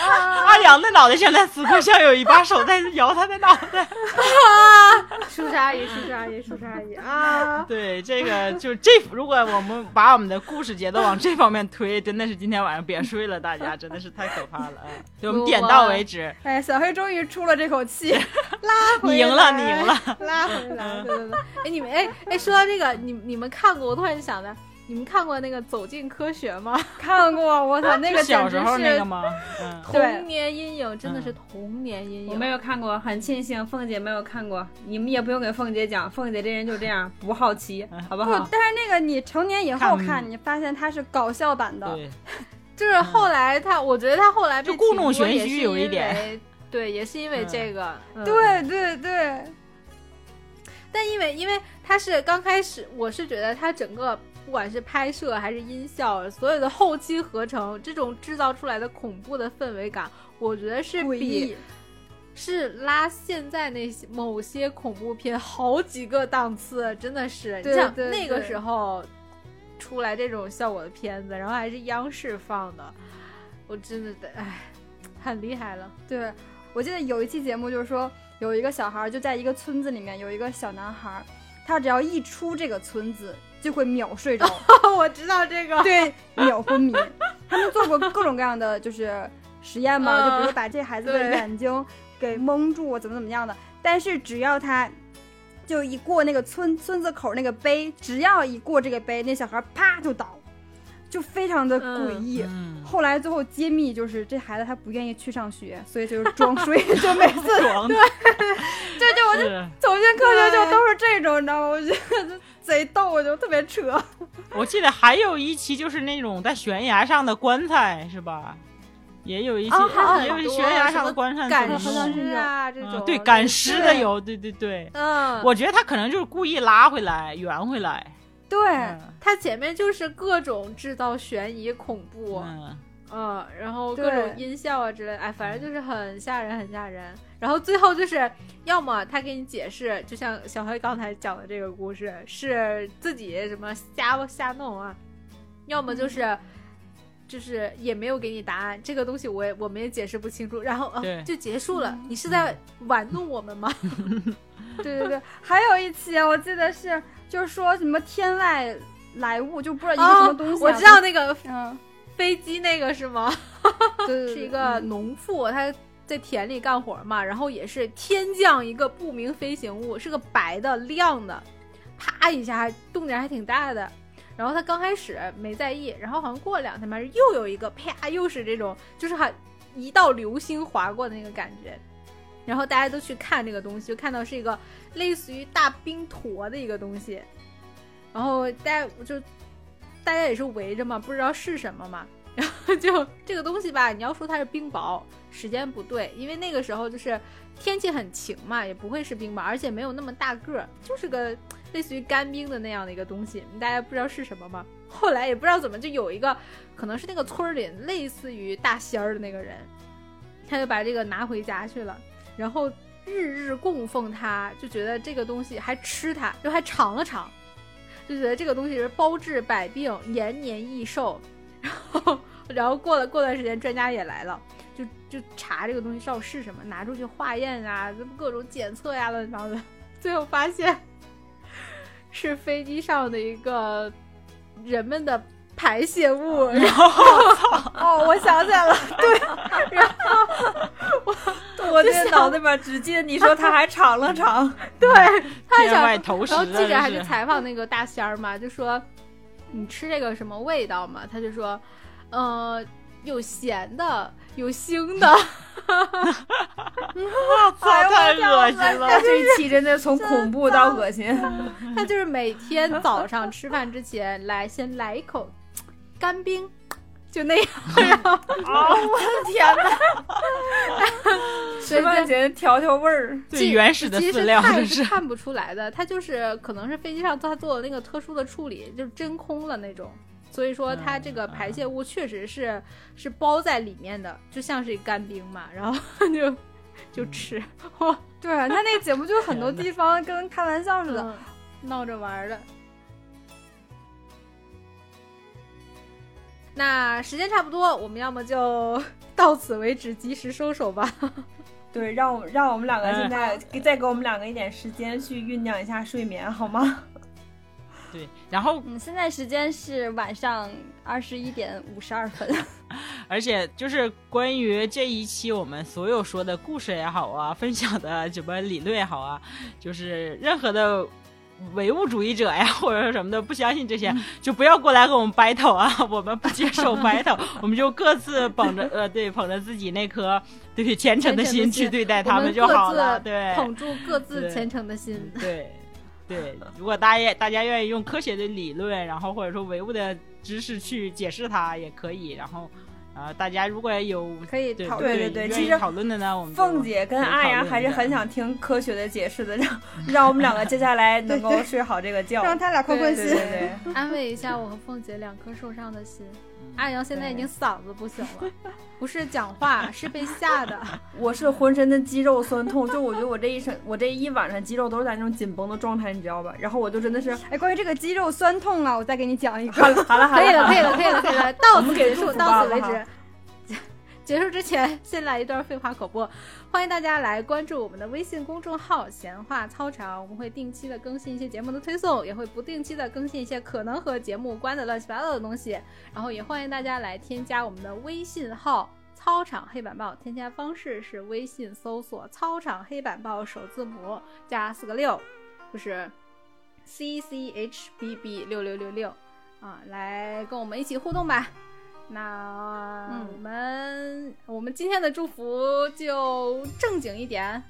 S2: 阿阳的脑袋现在此刻像有一把手在摇他的脑袋。
S1: 叔叔阿 姨，叔叔阿姨，叔叔阿姨啊！
S2: 对，这个就这，如果我们把我们的故事节奏往这方面推，真的是今天晚上别睡了，大家真的是太可怕了啊！对，我们点到为止，
S4: 哎，小黑终于出了这口气，
S2: 你赢了，你赢了。
S1: 拉回来，对对对。哎，你们哎哎，说到这个，你你们看过？我突然想的，你们看过那个《走进科学》吗？
S4: 看过，我操，那
S2: 是
S4: 个简
S2: 小
S4: 直
S2: 时候那
S4: 是
S2: 个吗？ 嗯，
S4: 对
S1: 童年阴影真的是童年阴
S9: 我
S1: 影。
S9: 没有看过，很庆幸凤姐没有看过。你们也不用给凤姐讲，凤姐这人就这样，不好奇，好不
S4: 不
S9: 好？，
S4: 但是那个你成年以后
S2: 看
S4: 看，你发现它是搞笑版的，
S2: 对，
S1: 就是后来他，我觉得他后来被
S2: 就故弄
S1: 停播
S2: 玄
S1: 也
S2: 虚
S1: 是
S2: 有一
S1: 因
S2: 点
S1: 为，对，也是因为
S2: 嗯
S1: 这个。嗯
S4: 对对对，
S1: 但因为因为它是刚开始，我是觉得它整个不管是拍摄还是音效，所有的后期合成，这种制造出来的恐怖的氛围感，我觉得是
S4: 诡
S1: 比
S4: 异，
S1: 是拉现在那些某些恐怖片好几个档次，真的是。你
S4: 对
S1: 想
S4: 对
S1: 那个
S4: 对
S1: 时候出来这种效果的片子，然后还是央视放的，我真的得哎，很厉害了。
S4: 对，我记得有一期节目就是说，有一个小孩儿就在一个村子里面，有一个小男孩儿，他只要一出这个村子，就会秒 睡着，
S1: 我知道这个，
S4: 对，秒昏迷。他们做过各种各样的就是实验嘛，就比如把这孩子的
S1: 嗯对
S4: 眼睛给蒙住，怎么怎么样的。但是只要他就一过那个村村子口那个碑，只要一过这个碑，那小孩儿啪就倒，就非常的诡
S1: 嗯
S4: 异。
S2: 嗯，
S4: 后来最后揭秘就是这孩子他不愿意去上学，所以就是装睡，就每次
S2: 爽的
S4: 这就我就
S2: 就是。
S4: 走 进科学就都是这种，你知道吗？我觉得贼逗，我就特别扯。
S2: 我记得还有一期就是那种在悬崖上的棺材是吧？也有一些，
S1: 哦还
S2: 也有
S1: 很
S2: 一
S1: 多
S2: 悬崖
S1: 什
S2: 上
S1: 么
S2: 的棺材
S1: 赶
S2: 怎么
S4: 好像
S2: 弄
S4: 是
S1: 尸啊这
S2: 嗯
S1: 种，
S2: 对赶尸的
S1: 对，
S2: 有，对对对，
S1: 嗯，
S2: 我觉得他可能就是故意拉回来圆回来，
S4: 对，
S1: 哎
S2: 嗯
S1: 它前面就是各种制造悬疑、恐怖，嗯、
S2: 嗯，
S1: 然后
S4: 对
S1: 各种音效啊之类的，哎，反正就是很吓人，很吓人。然后最后就是，要么他给你解释，就像小黑刚才讲的这个故事，是自己什么瞎瞎弄啊，要么
S4: 嗯
S1: 就是。就是也没有给你答案，这个东西我也我们也解释不清楚，然后、
S2: 对
S1: 呃、就结束了。
S4: 嗯
S1: 你是在玩弄我 们吗？
S4: 对对对，还有一期啊我记得是就是说什么天外来物，就不知道一个什么东西、啊
S1: 哦我知道，那个
S4: 嗯，
S1: 飞机那个是吗？
S4: 对嗯对对，
S1: 是一个农妇，她在田里干活嘛，然后也是天降一个不明飞行物，是个白的亮的，啪一下动静还挺大的。然后她刚开始没在意，然后好像过两天吧，又有一个啪，又是这种，就是很一道流星划过的那个感觉。然后大家都去看这个东西，就看到是一个类似于大冰坨的一个东西，然后大家就大家也是围着嘛，不知道是什么嘛， 就这个东西吧，你要说它是冰雹，时间不对，因为那个时候就是天气很晴嘛，也不会是冰雹，而且没有那么大个儿，就是个类似于干冰的那样的一个东西，大家不知道是什么嘛。后来也不知道怎么，就有一个可能是那个村儿里类似于大仙儿的那个人，他就把这个拿回家去了，然后日日供奉他，就觉得这个东西还吃它，就还尝了尝，就觉得这个东西是包治百病、延年益寿。 然后，然后过了过段时间，专家也来了，就就查这个东西到底是什么，拿出去化验啊，各种检测呀、乱七八糟的， 最后发现是飞机上的一个人们的排泄物。然后，哦，我想起来了，对，然后我我
S3: 我
S1: 这
S3: 这
S1: 脑
S3: 脑
S1: 子。
S3: 子里面只记得你说他还尝了 尝，
S1: 太
S2: 天
S1: 想
S2: 外投石
S1: 然后
S2: 了，
S1: 记者还去
S2: 这是
S1: 采访那个大仙儿嘛，就说你吃这个什么味道嘛？他就说，呃，有咸的，有腥的。
S2: 操，
S1: 哎
S2: 太恶心了，
S3: 这一哎期真的从恐怖到恶心。
S1: 他就是每天早上吃饭之前来先来一口干冰，就那样。然后 哦
S3: 天哪，
S1: 所以
S3: 吃饭
S1: 在
S3: 前调调味儿。
S2: 最原始的
S1: 其
S2: 饲
S1: 实
S2: 料
S1: 看
S2: 就是嗯是，
S1: 看不出来的，它就是可能是飞机上它做的那个特殊的处理，就是真空了那种，所以说它这个排泄物确实是、是包在里面的，就像是干冰嘛，然后就就吃，
S4: 对他那节目就很多地方跟开玩笑似的，
S1: 嗯闹着玩儿的。那时间差不多，我们要么就 到此为止，及时收手吧。
S3: 对，让我让我们两个
S2: 嗯
S3: 现在、再给我们两个一点时间去酝酿一下睡眠，好吗？
S2: 对，然后
S10: 嗯，现在时间是晚上二十一点五十二分。
S2: 而且就是关于这一期我们所有说的故事也好啊，分享的什么理论也好啊，就是任何的唯物主义者呀，或者说什么的，不相信这些，
S1: 嗯
S2: 就不要过来和我们 battle 啊， 我们不接 受 battle，我们就各自捧着呃，对，捧着自己那颗对虔诚的
S1: 虔诚的心
S2: 心去对
S1: 我
S2: 待
S3: 哎
S2: 他
S1: 们
S2: 就
S1: 各
S2: 好
S1: 自
S2: 了，对，
S1: 捧住各自
S2: 对
S1: 虔诚的
S3: 嗯
S1: 心。
S2: 对，对，如果大家大家愿意用科学的理论，然后或者说唯物的知识去解释它也可以。然后，呃，大家如果有
S1: 可以
S2: 对
S1: 讨
S3: 论
S2: 对
S3: 对对对
S2: 愿
S3: 其
S2: 意
S3: 实
S2: 讨论的呢，我们就
S3: 凤姐跟
S2: 可以讨
S3: 阿
S2: 论
S3: 阳还是
S2: 一下
S3: 很想听科学的解释的，让让我们两个接下来能够睡好这个觉。
S7: 让他俩宽宽
S3: 对
S7: 心
S3: 对。对嗯
S1: 安慰一下我和凤姐两颗受伤的心。阿阳现在已经嗓子不行了，不是讲话，是被吓的。
S3: 我是浑身的肌肉酸痛，就我觉得我这一身，我这一晚上肌肉都是在那种紧绷的状态，你知道吧？然后我就真 的是
S7: 哎，关于这个肌肉酸痛啊，我再给你讲一个。
S3: 好了好了 好
S1: 可以了，
S3: 了，
S1: 可以了，可以了，可以了，到
S3: 我
S1: 此
S3: 们
S1: 结
S3: 给
S1: 束，
S3: 祝福吧
S1: 到此为
S3: 好不好
S1: 止。结束之前，先来一段废话口播。欢迎大家来关注我们的微信公众号“闲话操场”，我们会定期的更新一些节目的推送，也会不定期的更新一些可能和节目无关的乱七八糟的东西。然后也欢迎大家来添加我们的微信号“操场黑板报”，添加方式是微信搜索“操场黑板报”首字母加四个六，就是 C C H B B 六六六六啊，来跟我们一起互动吧。那
S7: 嗯
S1: 我们、我们今天的祝福就正经一点，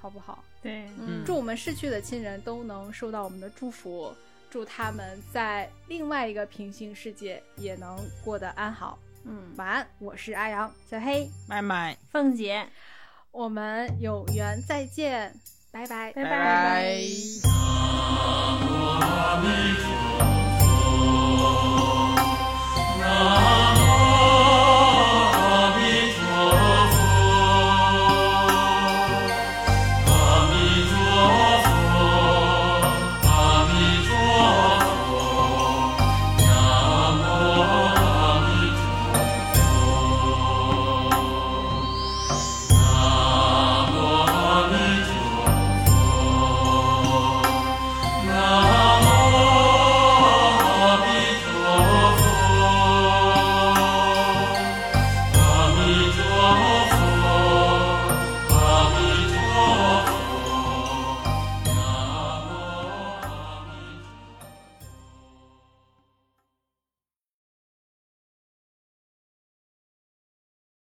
S1: 好不好？
S3: 对，
S2: 嗯
S1: 祝我们逝去的亲人都能收到我们的祝福，祝他们在另外一个平行世界也能过得安好。
S7: 嗯，
S1: 晚安，我是阿阳，
S7: 小黑，
S2: 麦麦，
S3: 凤姐，
S1: 我们有缘再见，拜拜。
S3: 拜
S2: 拜拜。
S11: 南